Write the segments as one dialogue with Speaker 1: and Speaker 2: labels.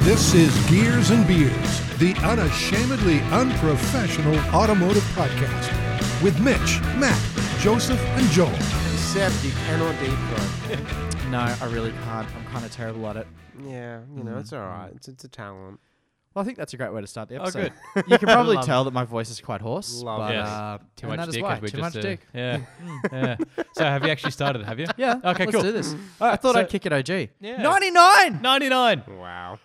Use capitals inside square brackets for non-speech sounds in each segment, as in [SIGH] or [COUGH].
Speaker 1: This is Gears and Beers, the unashamedly unprofessional automotive podcast with Mitch, Matt, Joseph, and Joel.
Speaker 2: Except you cannot [LAUGHS] deep throat.
Speaker 3: No, I really can't. I'm kind of terrible at it.
Speaker 2: Yeah, you know, it's all right. It's, it's a talent.
Speaker 3: Well, I think that's a great way to start the
Speaker 4: Oh,
Speaker 3: episode. good.
Speaker 4: [LAUGHS]
Speaker 3: You can probably tell that my voice is quite hoarse.
Speaker 2: Love
Speaker 3: but,
Speaker 2: it.
Speaker 4: Yes.
Speaker 3: uh,
Speaker 4: Too
Speaker 3: and
Speaker 4: much
Speaker 3: that is
Speaker 4: dick.
Speaker 3: why.
Speaker 4: as we
Speaker 3: Too
Speaker 4: just
Speaker 3: much
Speaker 4: uh,
Speaker 3: dick. Mm.
Speaker 4: Yeah. [LAUGHS] yeah. So have you actually started? Have you?
Speaker 3: Yeah.
Speaker 4: [LAUGHS] Okay.
Speaker 3: Let's
Speaker 4: cool.
Speaker 3: do this. I thought
Speaker 4: so-
Speaker 3: I'd kick it OG. [GASPS]
Speaker 4: Yeah.
Speaker 3: 99!
Speaker 4: Ninety-nine.
Speaker 2: Wow.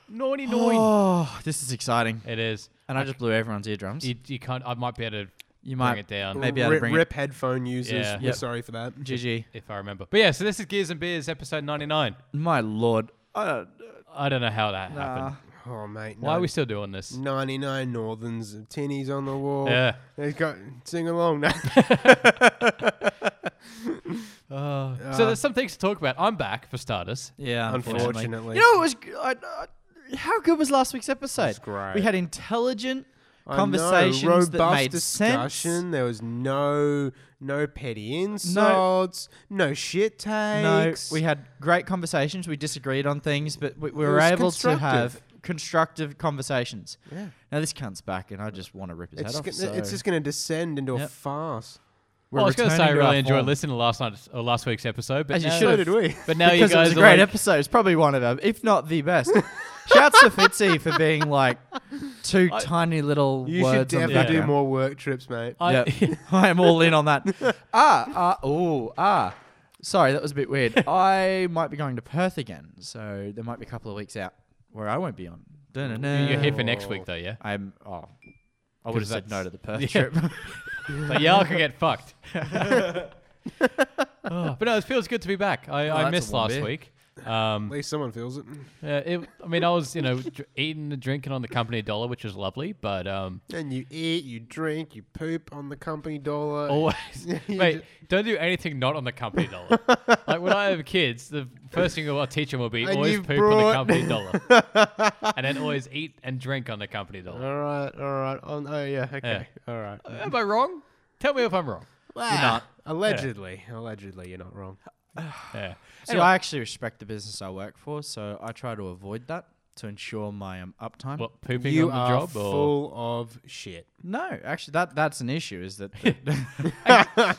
Speaker 3: [GASPS]
Speaker 4: Ninety-nine.
Speaker 3: Oh, this is exciting.
Speaker 4: [GASPS] It is.
Speaker 3: And I just blew everyone's eardrums.
Speaker 4: You, you can't. I might be able to
Speaker 3: You
Speaker 4: bring
Speaker 3: might.
Speaker 4: it down
Speaker 3: Maybe I'd
Speaker 2: rip,
Speaker 3: bring it-
Speaker 2: rip headphone users.
Speaker 4: Yeah.
Speaker 2: We're
Speaker 3: Yep.
Speaker 2: sorry for that.
Speaker 3: GG.
Speaker 4: if I remember. But yeah. So this is Gears and Beers episode ninety-nine.
Speaker 3: My lord. I don't,
Speaker 4: I don't know how that happened.
Speaker 2: Oh, mate.
Speaker 4: Why
Speaker 2: no-
Speaker 4: are we still doing this?
Speaker 2: 99 Northerns, tinnies on the wall.
Speaker 4: Yeah.
Speaker 2: They got sing along
Speaker 3: [LAUGHS]
Speaker 2: now.
Speaker 4: so there's some things to talk about. I'm back for starters.
Speaker 3: yeah, unfortunately.
Speaker 2: Unfortunately.
Speaker 3: You know, it was. g- I, I- how good was last week's episode?
Speaker 2: was great.
Speaker 3: We had intelligent
Speaker 2: I know,
Speaker 3: conversations
Speaker 2: robust
Speaker 3: that made
Speaker 2: discussion.
Speaker 3: sense.
Speaker 2: There was no no petty insults, no, shit
Speaker 3: No,
Speaker 2: takes.
Speaker 3: we had great conversations. We disagreed on things, but we, we were
Speaker 2: was
Speaker 3: able to
Speaker 2: constructive.
Speaker 3: have constructive conversations.
Speaker 2: Yeah.
Speaker 3: Now this cunt's back, and I just want to rip his
Speaker 2: It's,
Speaker 3: head off.
Speaker 2: gonna,
Speaker 3: so-
Speaker 2: it's just going to descend into a
Speaker 3: Yep.
Speaker 2: farce.
Speaker 3: We're
Speaker 4: Well, I was going to say I
Speaker 3: returning to
Speaker 4: really
Speaker 3: our
Speaker 4: enjoyed
Speaker 3: form.
Speaker 4: listening to last night's or last week's episode, but
Speaker 3: As you
Speaker 4: now-
Speaker 3: should
Speaker 2: So
Speaker 3: have.
Speaker 2: did we.
Speaker 4: [LAUGHS] But now you
Speaker 3: [LAUGHS] because it was
Speaker 4: guys
Speaker 3: a
Speaker 4: are
Speaker 3: great
Speaker 4: like,
Speaker 3: episode. It's probably one of them, if not
Speaker 2: [LAUGHS]
Speaker 3: the best. Shouts to Fitzy for being like two
Speaker 4: I-
Speaker 3: tiny little
Speaker 2: You should
Speaker 3: words. on the
Speaker 2: definitely do
Speaker 3: background. Oh.
Speaker 2: more work trips, mate.
Speaker 4: I-
Speaker 3: Yep. [LAUGHS] I am all in on that. Ah, ah, oh, ah. Sorry, that was a bit
Speaker 4: [LAUGHS]
Speaker 3: weird. I might be going to Perth again, so there might be a couple of weeks out where I won't be on. Dun-dun-dun.
Speaker 4: [LAUGHS] you're here for next week though, yeah.
Speaker 3: I'm. Oh, I would have said no
Speaker 4: that's-
Speaker 3: to the Perth
Speaker 4: [LAUGHS] Yeah.
Speaker 3: trip.
Speaker 4: But yeah, I could get
Speaker 2: [LAUGHS]
Speaker 4: fucked. Oh, but no, it feels good to be back. I,
Speaker 3: Oh,
Speaker 4: I
Speaker 3: that's
Speaker 4: missed
Speaker 3: a warm
Speaker 4: last
Speaker 3: beer.
Speaker 4: week.
Speaker 2: At
Speaker 4: Um,
Speaker 2: least someone feels it.
Speaker 4: uh, it, I mean, I was you know dr- eating and drinking on the company dollar, which was lovely. But
Speaker 2: [LAUGHS]
Speaker 4: um,
Speaker 2: And you eat, you drink, you poop on the company dollar.
Speaker 3: Oh.
Speaker 4: always,
Speaker 2: You
Speaker 4: mate, don't do anything not on the
Speaker 2: [LAUGHS]
Speaker 4: company dollar. like when I have kids, the first thing I'll teach them will be
Speaker 2: And
Speaker 4: always
Speaker 2: you've
Speaker 4: poop on
Speaker 2: brought-
Speaker 4: the
Speaker 2: [LAUGHS]
Speaker 4: company dollar, and then always eat and drink on the company dollar.
Speaker 2: All right, all right. Oh, oh yeah, okay, Uh, all right.
Speaker 4: Am I wrong? Tell me if I'm wrong.
Speaker 2: You're
Speaker 3: not.
Speaker 2: Allegedly, allegedly, you're not wrong.
Speaker 4: Yeah.
Speaker 3: so I actually respect the business I work for, so I try to avoid that to ensure my um, uptime.
Speaker 4: What pooping
Speaker 2: You
Speaker 4: on the
Speaker 2: are
Speaker 4: job or
Speaker 2: full of shit.
Speaker 3: no, actually, that that's an issue. Is that
Speaker 4: [LAUGHS]
Speaker 3: the-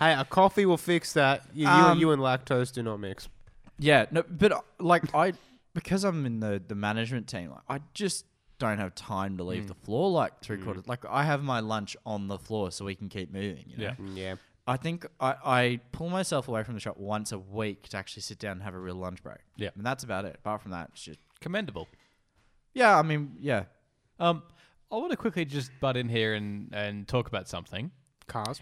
Speaker 2: Hey, a coffee will fix that. You, you,
Speaker 3: Um,
Speaker 2: you and lactose do not mix.
Speaker 3: Yeah, no, but uh, like I, because I'm in the the management team, like I just don't have time to
Speaker 4: Mm.
Speaker 3: leave the floor. Like three quarters, like I have my lunch on the floor so we can keep moving. You know?
Speaker 4: Yeah.
Speaker 2: Mm, Yeah.
Speaker 3: I think I I pull myself away from the shop once a week to actually sit down and have a real lunch break.
Speaker 4: Yeah.
Speaker 3: and that's about it. Apart from that, it's just
Speaker 4: commendable.
Speaker 3: yeah. I mean, yeah,
Speaker 4: Um, I want to quickly just butt in here and, and talk about something.
Speaker 2: Cars.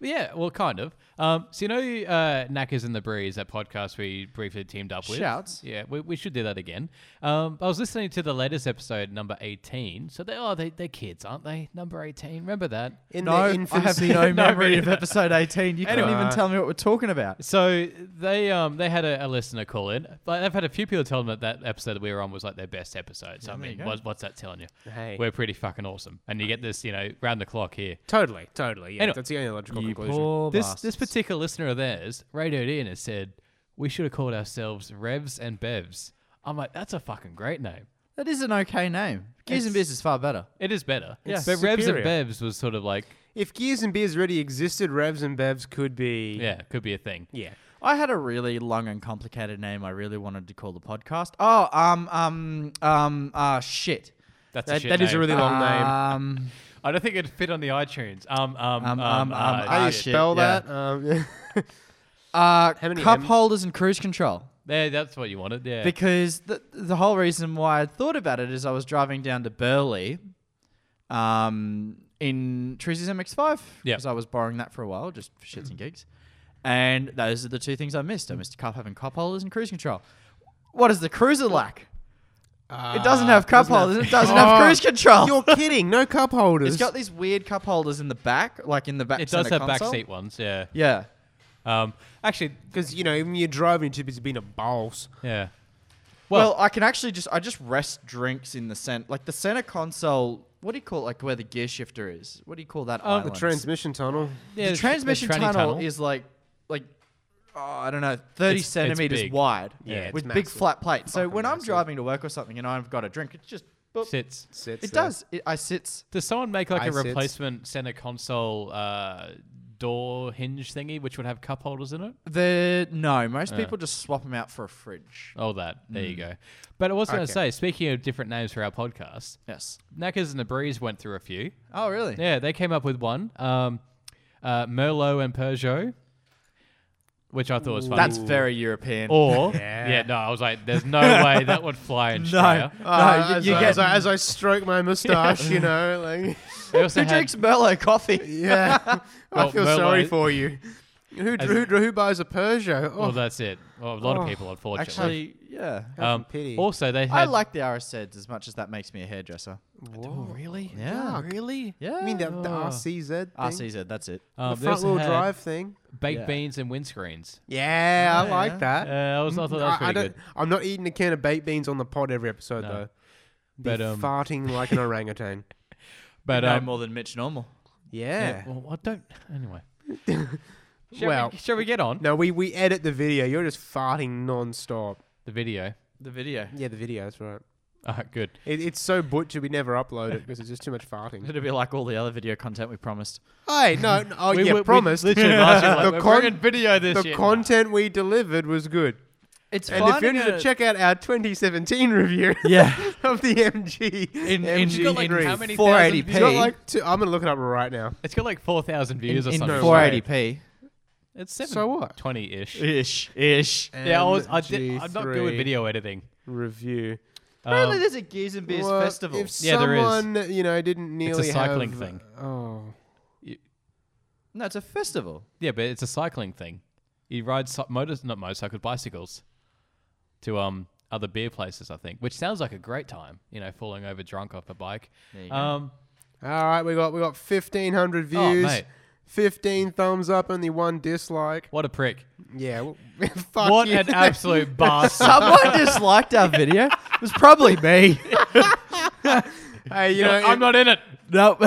Speaker 4: Yeah, well, kind of. Um, so you know, uh, Knackers and the Breeze, that podcast we briefly teamed up with.
Speaker 3: Shouts.
Speaker 4: Yeah, we, we should do that again. Um, I was listening to the latest episode, number eighteen. So they oh, they they're kids, aren't they? Number eighteen. Remember that?
Speaker 2: In
Speaker 3: no,
Speaker 2: their
Speaker 3: I have
Speaker 2: infancy.
Speaker 3: no memory of episode eighteen. You
Speaker 4: Anyway.
Speaker 3: can't even tell me what we're talking about.
Speaker 4: So they um they had a, a listener call in. Like they've had a few people tell them that that episode that we were on was like their best episode. So I
Speaker 3: there
Speaker 4: mean,
Speaker 3: you go.
Speaker 4: what, what's that telling you?
Speaker 2: Hey.
Speaker 4: We're pretty fucking awesome, and you get this, you know, round the clock here.
Speaker 2: [LAUGHS] Totally, totally. Yeah,
Speaker 4: Anyway,
Speaker 2: that's the only logical
Speaker 3: You
Speaker 2: conclusion.
Speaker 3: poor
Speaker 4: this
Speaker 3: bastards.
Speaker 4: this particular listener of theirs radioed in and said we should have called ourselves Revs and Bevs. I'm like, that's a fucking great name.
Speaker 3: that is an okay name. Gears and Beers is far better.
Speaker 4: It is better.
Speaker 2: It's
Speaker 4: but Revs and
Speaker 2: superior.
Speaker 4: Bevs was sort of like,
Speaker 2: If gears and beers already existed, revs and bevs could be.
Speaker 4: yeah, it could be a thing.
Speaker 2: Yeah.
Speaker 3: I had a really long and complicated name I really wanted to call the podcast. Oh, um, um, um, ah, shit.
Speaker 4: That's a
Speaker 2: That,
Speaker 4: shit
Speaker 2: that is a
Speaker 4: name.
Speaker 2: really long name.
Speaker 3: Um,
Speaker 4: [LAUGHS] I don't think it'd fit on the iTunes. Um, um,
Speaker 3: Um,
Speaker 4: um,
Speaker 3: um, um,
Speaker 4: uh,
Speaker 2: How do
Speaker 3: Ah,
Speaker 2: you
Speaker 4: shit.
Speaker 3: shit,
Speaker 2: spell
Speaker 3: yeah.
Speaker 2: that? Um, [LAUGHS]
Speaker 3: uh,
Speaker 2: How many
Speaker 3: cup
Speaker 2: M's?
Speaker 3: holders and cruise control.
Speaker 4: Yeah, that's what you wanted. Yeah.
Speaker 3: Because the, the whole reason why I thought about it is I was driving down to Burley um, in Trizzy's MX5
Speaker 4: Yeah.
Speaker 3: because I was borrowing that for a while just for shits and gigs. And those are the two things I missed. I missed cup having cup holders and cruise control. What is the cruiser like? it Uh, doesn't have cup holders. [LAUGHS] It doesn't have
Speaker 2: Oh,
Speaker 3: cruise control.
Speaker 2: You're kidding. No cup holders.
Speaker 3: It's got these weird cup holders in the back, like in the back.
Speaker 4: it does have
Speaker 3: centre
Speaker 4: back
Speaker 3: console.
Speaker 4: seat ones. Yeah.
Speaker 3: Yeah.
Speaker 4: Um, actually,
Speaker 2: Because you know, when you're driving, you're just being a boss.
Speaker 4: yeah.
Speaker 3: Well,
Speaker 4: Well-
Speaker 3: I can actually just I just rest drinks in the center, like the center console. What do you call it? like where the gear shifter is? What do you call that?
Speaker 2: The
Speaker 3: island?
Speaker 2: transmission tunnel.
Speaker 4: yeah
Speaker 3: the
Speaker 4: tr-
Speaker 3: transmission
Speaker 4: tranny
Speaker 3: tunnel, is like like oh, I don't know, 30
Speaker 4: It's- it's
Speaker 3: centimeters
Speaker 4: big.
Speaker 3: wide.
Speaker 2: Yeah, it's
Speaker 3: with big
Speaker 2: massive.
Speaker 3: flat plates. So
Speaker 2: Fucking
Speaker 3: when I'm
Speaker 2: massive.
Speaker 3: driving to work or something and I've got a drink, it's just boop,
Speaker 4: Sits.
Speaker 2: Sits
Speaker 3: It
Speaker 2: there.
Speaker 3: does. It, I sits.
Speaker 4: Does someone make like
Speaker 2: I
Speaker 4: a
Speaker 2: sits.
Speaker 4: replacement center console uh, door hinge thingy which would have cup holders in it?
Speaker 3: The no, most people just swap them out for a fridge.
Speaker 4: Oh, that. There you go. But I was going to
Speaker 2: Hmm. Okay.
Speaker 4: say, speaking of different names for our podcast,
Speaker 3: Yes.
Speaker 4: Knackers and the Breeze went through a few.
Speaker 3: Oh really?
Speaker 4: Yeah, they came up with one. Um, uh, Merlot and Peugeot, which I thought was funny.
Speaker 3: That's very European.
Speaker 2: [LAUGHS]
Speaker 4: or yeah.
Speaker 2: Yeah.
Speaker 4: no, I was like, there's no way that would
Speaker 2: [LAUGHS]
Speaker 4: fly in
Speaker 3: no,
Speaker 4: Australia.
Speaker 3: no,
Speaker 2: Uh,
Speaker 3: you,
Speaker 2: as,
Speaker 3: you
Speaker 2: I,
Speaker 3: get
Speaker 2: as, I, as I stroke
Speaker 4: [LAUGHS]
Speaker 2: my mustache, you know, like
Speaker 4: They also
Speaker 3: who
Speaker 4: had-
Speaker 3: drinks Merlot coffee.
Speaker 2: yeah, I
Speaker 4: Well,
Speaker 2: feel sorry
Speaker 4: Merlot-
Speaker 2: for you. Who, who, who buys a Peugeot?
Speaker 4: Well,
Speaker 2: Oh,
Speaker 4: that's it. Well, a lot of people, unfortunately.
Speaker 3: Actually, yeah.
Speaker 4: um,
Speaker 2: pity.
Speaker 4: Also, they had.
Speaker 3: I like the RSZs as much as that makes me a hairdresser.
Speaker 4: Oh, really?
Speaker 3: Yeah.
Speaker 4: Really?
Speaker 3: Yeah.
Speaker 2: I mean the, the
Speaker 4: Oh.
Speaker 2: RCZ, thing?
Speaker 3: RCZ. That's it.
Speaker 4: Um,
Speaker 2: the
Speaker 4: they also
Speaker 2: front wheel
Speaker 4: had
Speaker 2: drive thing.
Speaker 4: Baked
Speaker 3: Yeah.
Speaker 4: beans and windscreens.
Speaker 2: Yeah, I
Speaker 3: yeah.
Speaker 2: like that.
Speaker 4: Uh, I, was, I thought that was
Speaker 2: I,
Speaker 4: pretty
Speaker 2: Mm, I
Speaker 4: good.
Speaker 2: don't, I'm not eating a can of baked beans on the pod every episode though. Be
Speaker 4: But, um,
Speaker 2: farting like an
Speaker 4: [LAUGHS]
Speaker 2: orangutan.
Speaker 4: But
Speaker 3: no
Speaker 4: um,
Speaker 3: more than Mitch normal.
Speaker 2: Yeah.
Speaker 4: well, I don't. Anyway. [LAUGHS] shall,
Speaker 2: Well-
Speaker 4: we, shall we get on
Speaker 2: No, we we edit the video. You're just farting non-stop.
Speaker 4: the video?
Speaker 3: The
Speaker 4: [LAUGHS]
Speaker 3: video.
Speaker 2: Yeah, the video. That's right.
Speaker 4: Uh, good.
Speaker 2: It, it's so butchered we never upload it because it's just too much farting.
Speaker 4: [LAUGHS]
Speaker 3: It'll be like all the other video content we promised.
Speaker 2: hey, no, no oh
Speaker 4: We-
Speaker 2: yeah,
Speaker 4: we- we
Speaker 2: promised.
Speaker 4: literally last
Speaker 3: [LAUGHS]
Speaker 4: year, like,
Speaker 2: the
Speaker 4: we're
Speaker 2: con-
Speaker 4: bringing video this
Speaker 2: the
Speaker 4: year.
Speaker 2: content we delivered was good.
Speaker 3: It's
Speaker 2: And if you need to check out our 2017
Speaker 4: [LAUGHS]
Speaker 2: review
Speaker 3: yeah,
Speaker 2: [LAUGHS] of the MG,
Speaker 3: in in,
Speaker 4: It's got
Speaker 3: in,
Speaker 4: like
Speaker 2: in
Speaker 4: how many
Speaker 3: 480p.
Speaker 2: it's got like two, I'm gonna look it up right now.
Speaker 4: It's got like 4,000 views or
Speaker 3: in
Speaker 4: something.
Speaker 2: no
Speaker 4: right?
Speaker 3: 480p.
Speaker 4: It's 7
Speaker 2: So what?
Speaker 4: 20 ish.
Speaker 3: Ish, ish.
Speaker 4: Yeah, I was, I did, I'm not good with
Speaker 2: MG3
Speaker 4: video editing.
Speaker 2: review.
Speaker 4: Um,
Speaker 3: Apparently, there's a Gears and Beers
Speaker 2: Well,
Speaker 3: festival.
Speaker 2: If
Speaker 4: Yeah, there is.
Speaker 2: someone, you know, didn't nearly
Speaker 4: cycling
Speaker 2: have-
Speaker 4: thing.
Speaker 2: Oh,
Speaker 3: no, it's a festival.
Speaker 4: yeah, but it's a cycling thing. You ride so- motors, not motorcycles, bicycles to um other beer places, I think, which sounds like a great time, you know, falling over drunk off a bike.
Speaker 3: There you go.
Speaker 4: Um,
Speaker 2: all right. We got we got fifteen hundred views,
Speaker 4: Oh, mate.
Speaker 2: fifteen thumbs up, only one dislike.
Speaker 4: What a prick.
Speaker 2: Yeah, well, [LAUGHS] fuck
Speaker 4: what
Speaker 2: you. [LAUGHS]
Speaker 4: an absolute
Speaker 3: [LAUGHS]
Speaker 4: bastard.
Speaker 3: Someone disliked our video. It was probably [LAUGHS] me.
Speaker 2: hey, you
Speaker 4: You know,
Speaker 2: know,
Speaker 4: I'm not in it.
Speaker 3: nope.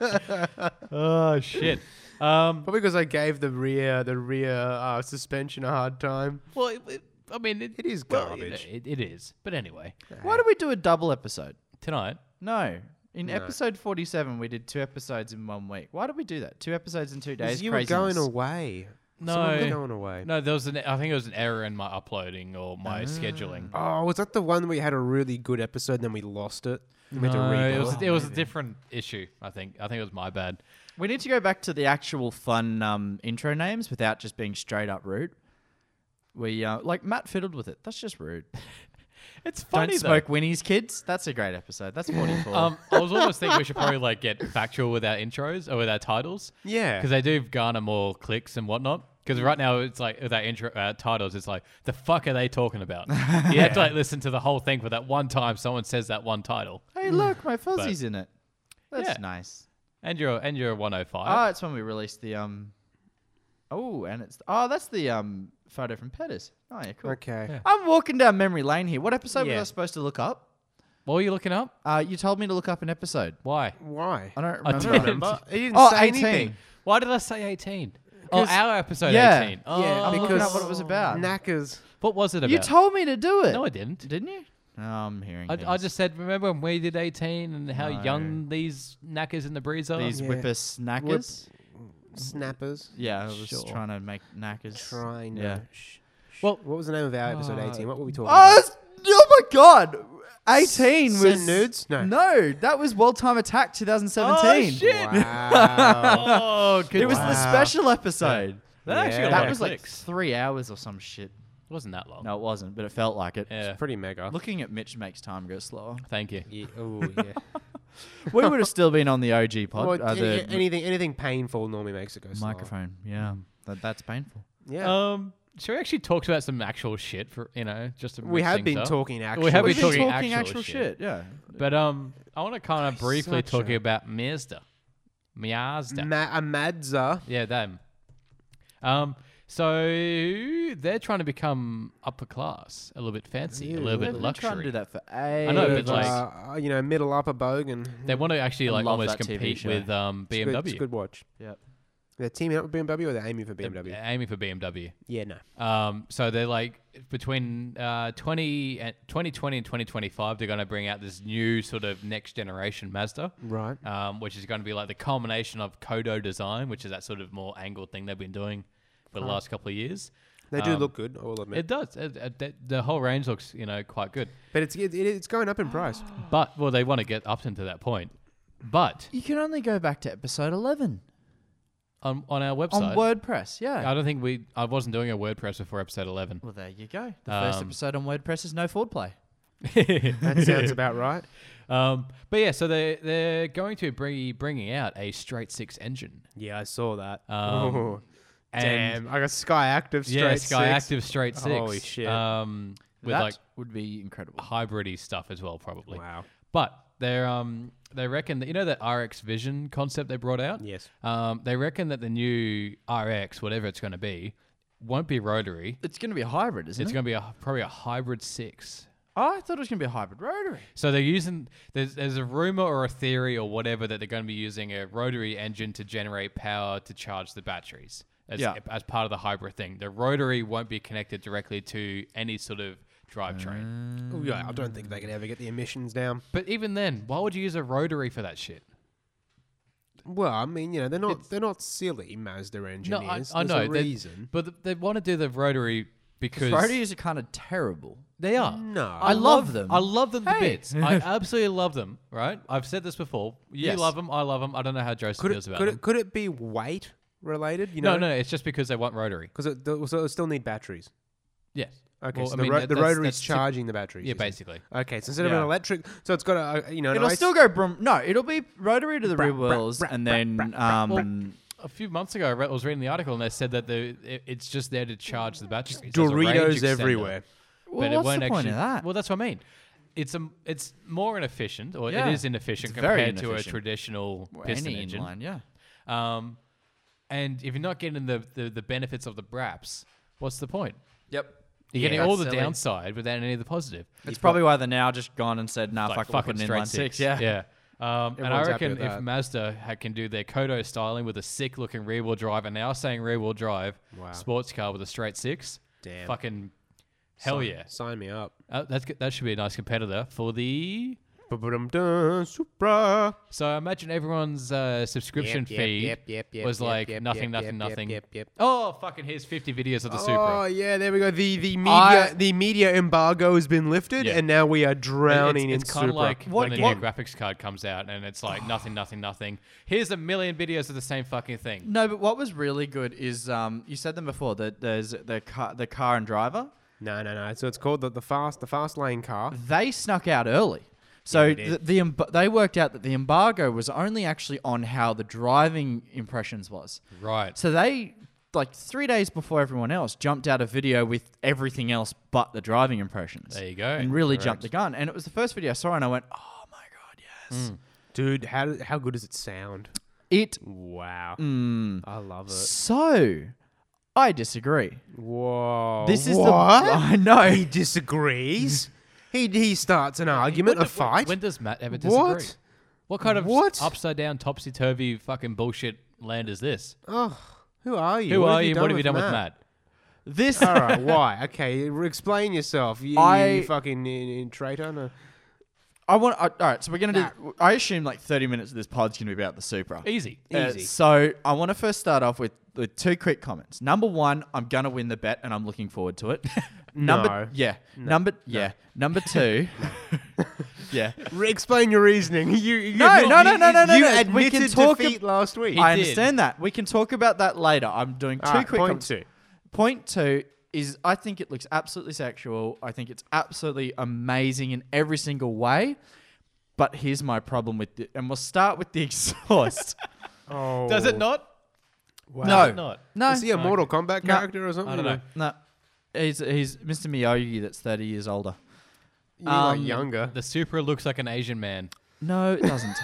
Speaker 4: Oh, shit. [LAUGHS] Um,
Speaker 2: probably because I gave the rear the rear uh, suspension a hard time.
Speaker 4: well, it, it- I mean, it,
Speaker 2: It is
Speaker 4: well, you know,
Speaker 2: garbage.
Speaker 4: it- it is. But anyway,
Speaker 3: Why did we do a double episode?
Speaker 4: tonight,
Speaker 3: No. In episode 47, we did two episodes in one week. Why did we do that? Two episodes in two days.
Speaker 2: you were going
Speaker 3: craziness.
Speaker 2: away.
Speaker 4: No.
Speaker 2: Someone was going away. Ah.
Speaker 4: no, there was an, I think it was an error in my uploading or my scheduling.
Speaker 2: Oh, was that the one we had a really good episode and then we lost it? We had to
Speaker 4: No, it
Speaker 2: reboot.
Speaker 4: was it was a different issue. I think I think it was my bad.
Speaker 3: We need to go back to the actual fun um, intro names without just being straight up rude. We uh, like Matt fiddled with it. That's just [LAUGHS] rude.
Speaker 4: It's
Speaker 3: Don't smoke Winnie's kids. That's a great episode. That's
Speaker 2: Oh.
Speaker 3: [LAUGHS] 44.
Speaker 4: Um, I was almost thinking we should probably like get factual with our intros or with our titles.
Speaker 2: Yeah.
Speaker 4: because they do garner more clicks and whatnot. Because right now it's like with our intro uh, titles, it's like the fuck are they talking about? You have
Speaker 2: [LAUGHS]
Speaker 4: to like listen to the whole thing for that one time someone says that one title,
Speaker 3: hey, look, my fuzzy's in it. That's
Speaker 4: Yeah.
Speaker 3: nice.
Speaker 4: and you're and you're 105.
Speaker 2: Ah,
Speaker 3: Oh, it's when we released the um. Oh, and it's oh, that's the um photo from Pettis. Oh yeah, cool.
Speaker 2: okay.
Speaker 3: I'm walking down memory lane here. What episode was
Speaker 2: Yeah.
Speaker 3: I supposed to look up?
Speaker 4: what were you looking up?
Speaker 3: Uh, you told me to look up an episode.
Speaker 4: Why?
Speaker 2: Why?
Speaker 3: I don't
Speaker 4: I
Speaker 3: [LAUGHS] remember.
Speaker 2: [LAUGHS]
Speaker 4: don't
Speaker 2: remember. He didn't
Speaker 3: Oh,
Speaker 2: say
Speaker 3: 18.
Speaker 2: anything.
Speaker 4: Why did I say 18? Oh,
Speaker 2: 'Cause-
Speaker 4: our episode
Speaker 3: Yeah.
Speaker 4: 18. Oh,
Speaker 2: yeah,
Speaker 3: I'm looking
Speaker 2: because
Speaker 3: up what it was about.
Speaker 2: Knackers.
Speaker 4: what was it about?
Speaker 3: You told me to do it.
Speaker 4: no, I didn't.
Speaker 3: Didn't you? Oh, I'm hearing.
Speaker 4: I, I
Speaker 3: things.
Speaker 4: just said, remember when we did 18 and how
Speaker 3: No.
Speaker 4: young these knackers in the breeze are?
Speaker 3: these
Speaker 2: Yeah.
Speaker 3: whipper snackers.
Speaker 2: Snappers.
Speaker 3: Yeah, I was
Speaker 4: Sure.
Speaker 3: trying to make knackers.
Speaker 2: Try now.
Speaker 3: Yeah.
Speaker 2: Shh.
Speaker 4: Well-
Speaker 2: what was the name of our episode 18? What were we talking about?
Speaker 3: Oh, it's- oh my god. 18
Speaker 2: S-
Speaker 3: was
Speaker 2: Send nudes? No.
Speaker 3: No, that was World Time Attack 2017.
Speaker 4: Oh, shit.
Speaker 3: [LAUGHS]
Speaker 2: Wow.
Speaker 4: [LAUGHS] oh,
Speaker 3: It was the
Speaker 2: Wow.
Speaker 3: special episode.
Speaker 4: That actually
Speaker 2: Yeah.
Speaker 4: got a lot
Speaker 3: That
Speaker 4: of
Speaker 3: was like
Speaker 4: clicks.
Speaker 3: 3 hours or some shit.
Speaker 4: It wasn't that long.
Speaker 3: No, it wasn't, but it felt like it.
Speaker 4: Yeah.
Speaker 2: Pretty mega.
Speaker 3: Looking at Mitch makes time go slower.
Speaker 4: Thank you.
Speaker 2: Yeah,
Speaker 3: [LAUGHS]
Speaker 2: oh, yeah.
Speaker 3: we would have still been on the OG pod.
Speaker 2: Well,
Speaker 3: uh,
Speaker 2: yeah,
Speaker 3: the
Speaker 2: yeah, anything, anything painful normally makes it go slower.
Speaker 3: microphone. Yeah. That, that's painful.
Speaker 2: Yeah.
Speaker 4: Um, should we actually talk about some actual shit for you know just to
Speaker 2: we
Speaker 4: mix
Speaker 2: have
Speaker 4: things
Speaker 2: been
Speaker 4: up?
Speaker 2: talking actually.
Speaker 4: have been
Speaker 3: We've been
Speaker 4: talking
Speaker 3: talking
Speaker 4: actual
Speaker 3: actual
Speaker 4: shit.
Speaker 3: shit. Yeah.
Speaker 4: But um, I want to kind of briefly
Speaker 2: such
Speaker 4: talk
Speaker 2: a-
Speaker 4: about Mazda, Mazda.
Speaker 2: Ma- a Madza.
Speaker 4: yeah, them. Um, so they're trying to become upper class, a little bit fancy, a little
Speaker 3: They've
Speaker 4: bit
Speaker 3: been trying to do
Speaker 4: luxury.
Speaker 3: that for
Speaker 4: know, but
Speaker 3: ages.
Speaker 4: like-
Speaker 2: uh, you know, middle upper bogan.
Speaker 4: They want to actually
Speaker 3: I
Speaker 4: like
Speaker 3: love
Speaker 4: almost
Speaker 3: that TV
Speaker 4: compete
Speaker 3: show.
Speaker 4: with um
Speaker 2: It's good- It's a
Speaker 4: BMW.
Speaker 2: good watch.
Speaker 3: Yep.
Speaker 2: They're teaming up with BMW or they're aiming for BMW? Yeah,
Speaker 4: aiming for BMW.
Speaker 2: no.
Speaker 4: Um, so they're like between uh, 20 and 2020 and 2025, they're going to bring out this new sort of next generation Mazda,
Speaker 2: Right.
Speaker 3: Mm.
Speaker 4: um, which is going to be like the culmination of Kodo design, which is that sort of more angled thing they've been doing for the
Speaker 3: Uh-huh.
Speaker 4: last couple of years.
Speaker 2: They do
Speaker 4: Um,
Speaker 2: look good, I will admit.
Speaker 4: It does. It, it- that- the whole range looks, you know, quite good.
Speaker 2: but it's it, it's going up in
Speaker 4: [GASPS]
Speaker 2: price.
Speaker 4: But well, they want to get Upton to that point. But
Speaker 3: You can only go back to episode 11
Speaker 4: on on our
Speaker 3: on
Speaker 4: website,
Speaker 3: WordPress. Yeah.
Speaker 4: I don't think we. I wasn't doing a WordPress before episode 11.
Speaker 3: well, there you go. The first
Speaker 4: Um,
Speaker 3: episode on WordPress is no Ford play.
Speaker 2: [LAUGHS] That sounds about right.
Speaker 4: [LAUGHS] Um, but yeah, so they they're going to be bringing out a straight six engine.
Speaker 2: Yeah, I saw that.
Speaker 4: Um,
Speaker 2: [LAUGHS] Damn, I got Sky Active straight.
Speaker 4: yeah, Sky
Speaker 2: six.
Speaker 4: Active straight six.
Speaker 2: Holy shit.
Speaker 4: Um, with
Speaker 3: that
Speaker 4: like
Speaker 3: would be incredible.
Speaker 4: hybridy stuff as well, probably.
Speaker 2: Wow.
Speaker 4: But they're um they reckon that you know that RX Vision concept they brought out.
Speaker 2: Yes.
Speaker 4: Um, they reckon that the new RX, whatever it's going to be, won't be rotary.
Speaker 3: It's going to be a hybrid, isn't
Speaker 4: It's
Speaker 3: it?
Speaker 4: going to be a, probably a hybrid six.
Speaker 3: oh, I thought it was going to be a hybrid rotary.
Speaker 4: So they're using there's there's a rumor or a theory or whatever that they're going to be using a rotary engine to generate power to charge the batteries as
Speaker 3: Yeah.
Speaker 4: as part of the hybrid thing. The rotary won't be connected directly to any sort of drivetrain.
Speaker 2: Ooh, yeah, I don't think they can ever get the emissions down.
Speaker 4: But even then, why would you use a rotary for that shit?
Speaker 2: Well, I mean, you know, they're not they're not silly Mazda engineers.
Speaker 4: I, I
Speaker 2: There's
Speaker 4: know
Speaker 2: a
Speaker 4: they-
Speaker 2: reason.
Speaker 4: but th- they want to do the rotary because
Speaker 3: Rotaries are kind of terrible.
Speaker 4: they are.
Speaker 2: No,
Speaker 3: I love them.
Speaker 4: I love them to
Speaker 3: Hey.
Speaker 4: bits. I absolutely love them. Right? I've said this before. You
Speaker 3: Yes.
Speaker 4: love them. I love them. I don't know how Joseph
Speaker 2: could
Speaker 4: feels
Speaker 2: it,
Speaker 4: about
Speaker 2: could
Speaker 4: them.
Speaker 2: it could it be weight related? You
Speaker 4: no,
Speaker 2: know,
Speaker 4: no, it's just because they want rotary.
Speaker 2: because it, th- so it'll still need batteries.
Speaker 4: Yes.
Speaker 2: Okay,
Speaker 4: Well,
Speaker 2: so
Speaker 4: I
Speaker 2: the,
Speaker 4: mean,
Speaker 2: ro-
Speaker 4: that-
Speaker 2: the
Speaker 4: that's-
Speaker 2: rotary's
Speaker 4: that's typ-
Speaker 2: charging the batteries.
Speaker 4: Yeah,
Speaker 2: is it?
Speaker 4: basically.
Speaker 2: Okay, so instead of
Speaker 4: Yeah.
Speaker 2: an electric, so it's got a uh, you know an
Speaker 3: It'll
Speaker 2: ICE
Speaker 3: still go brum. No, it'll be rotary to the rear
Speaker 2: brap,
Speaker 3: wheels,
Speaker 2: brap,
Speaker 3: and
Speaker 2: brap,
Speaker 3: then
Speaker 2: brap,
Speaker 3: um,
Speaker 4: A few months ago, I re- was reading the article and they said that the it, it's just there to charge the batteries. as a range
Speaker 2: Doritos
Speaker 4: extender.
Speaker 2: everywhere.
Speaker 3: Well,
Speaker 4: it
Speaker 3: what's the
Speaker 4: won't
Speaker 3: point of that?
Speaker 4: Well, that's what I mean. It's a, it's more inefficient, or
Speaker 3: Yeah.
Speaker 4: it is inefficient
Speaker 3: It's very
Speaker 4: compared to a
Speaker 3: inefficient.
Speaker 4: traditional
Speaker 3: well,
Speaker 4: piston
Speaker 3: any
Speaker 4: engine.
Speaker 3: inline, yeah.
Speaker 4: Um, and if you're not getting the, the, the benefits of the braps, what's the point?
Speaker 3: Yep.
Speaker 4: You're getting
Speaker 3: Yeah,
Speaker 4: all the
Speaker 3: silly.
Speaker 4: downside without any of the positive.
Speaker 3: That's probably why they're now just gone and said, "Nah, fuck,
Speaker 4: Like,
Speaker 3: it, we'll
Speaker 4: fucking
Speaker 3: put an
Speaker 4: straight
Speaker 3: inline six. Yeah.
Speaker 4: yeah. Um, and I
Speaker 2: Everyone's happy
Speaker 4: reckon
Speaker 2: with
Speaker 4: if
Speaker 2: that.
Speaker 4: Mazda ha- can do their Kodo styling with a sick looking rear wheel drive, and now saying rear wheel drive
Speaker 2: Wow.
Speaker 4: sports car with a straight six,
Speaker 2: Damn.
Speaker 4: fucking hell
Speaker 2: Sign-
Speaker 4: yeah,
Speaker 2: Sign me up.
Speaker 4: uh, that's g- that should be a nice competitor for the.
Speaker 2: Ba-ba-dum-dum, Supra.
Speaker 4: So I imagine everyone's uh, subscription
Speaker 2: yep,
Speaker 4: fee
Speaker 2: yep, yep, yep,
Speaker 4: was
Speaker 2: yep,
Speaker 4: like
Speaker 2: yep, yep,
Speaker 4: nothing, nothing,
Speaker 2: yep, yep,
Speaker 4: nothing.
Speaker 2: yep, yep.
Speaker 4: Oh fucking! Here's 50 videos of the
Speaker 2: Oh
Speaker 4: Supra.
Speaker 2: yeah, there we go. The the media
Speaker 3: I-
Speaker 2: the media embargo has been lifted,
Speaker 4: Yeah.
Speaker 2: and now we are
Speaker 4: It- it's-
Speaker 2: drowning
Speaker 4: it's
Speaker 2: in
Speaker 4: kind
Speaker 2: Supra.
Speaker 4: of like
Speaker 3: What-
Speaker 4: when a
Speaker 3: what-
Speaker 4: new graphics card comes out and
Speaker 2: [SIGHS]
Speaker 4: it's like nothing, nothing, nothing. Here's a million videos of the same fucking thing.
Speaker 3: No, but what was really good is um, you said them before. That there's the car, the car and driver.
Speaker 2: No, no, no. So it's called the, the fast the fast lane
Speaker 4: Mm-hmm.
Speaker 2: car.
Speaker 3: They snuck out early. So
Speaker 2: they did.
Speaker 3: th- the emb they worked out that the embargo was only actually on how the driving impressions was.
Speaker 4: Right.
Speaker 3: So they, like three days before everyone else, jumped out a video with everything else but the driving impressions.
Speaker 4: There you go.
Speaker 3: And really
Speaker 4: Correct. Hmm.
Speaker 3: jumped the gun. And it was the first video I saw, and I went, oh my God, yes.
Speaker 2: Dude, how how good does it sound?
Speaker 3: It.
Speaker 2: Wow, I love it.
Speaker 3: So, I disagree.
Speaker 2: Whoa,
Speaker 3: This is the.
Speaker 2: what?
Speaker 3: [LAUGHS] I know.
Speaker 2: he disagrees. he he starts an argument, a fight.
Speaker 4: When does Matt ever disagree?
Speaker 2: What?
Speaker 4: What? kind of
Speaker 2: What?
Speaker 4: upside down, topsy turvy fucking bullshit land is this?
Speaker 2: oh, who are you?
Speaker 4: Who
Speaker 2: What
Speaker 4: are you? and What have you done with Matt?
Speaker 3: This.
Speaker 2: All right, why? Okay, re- explain yourself. You, you-
Speaker 3: I-
Speaker 2: you fucking uh, uh, traitor. No.
Speaker 3: I want. I, all right. So, we're going to do. I assume like 30 minutes of this pod's going to be about the Supra.
Speaker 4: Easy.
Speaker 3: Uh,
Speaker 2: Easy.
Speaker 3: so I want to first start off with, with two quick comments. Number one, I'm gonna win the bet, and I'm looking forward to it. [LAUGHS] number
Speaker 2: No.
Speaker 3: yeah, number yeah,
Speaker 2: [LAUGHS]
Speaker 3: number two, [LAUGHS] yeah.
Speaker 2: Re- explain your reasoning. You, you
Speaker 3: No,
Speaker 2: you-
Speaker 3: no, no, no, no, no,
Speaker 2: You
Speaker 3: no.
Speaker 2: admitted
Speaker 3: We can talk ab-
Speaker 2: defeat last week.
Speaker 3: I
Speaker 4: did.
Speaker 3: understand that. We can talk about that later. I'm doing two
Speaker 2: All right,
Speaker 3: quick
Speaker 2: point
Speaker 3: comments.
Speaker 2: two.
Speaker 3: Point two is I think it looks absolutely sexual. I think it's absolutely amazing in every single way. But here's my problem with it, and we'll start with the [LAUGHS] exhaust.
Speaker 2: Oh,
Speaker 4: Does it not?
Speaker 2: Wow.
Speaker 3: No.
Speaker 4: Does it not?
Speaker 3: no,
Speaker 2: Is he a Mortal Kombat
Speaker 3: No.
Speaker 2: character or something?
Speaker 4: I don't know.
Speaker 3: no, he's he's Mr. Miyagi that's thirty years older.
Speaker 2: You mean like
Speaker 3: Um,
Speaker 2: younger.
Speaker 4: The Supra looks like an Asian man.
Speaker 3: No, it doesn't.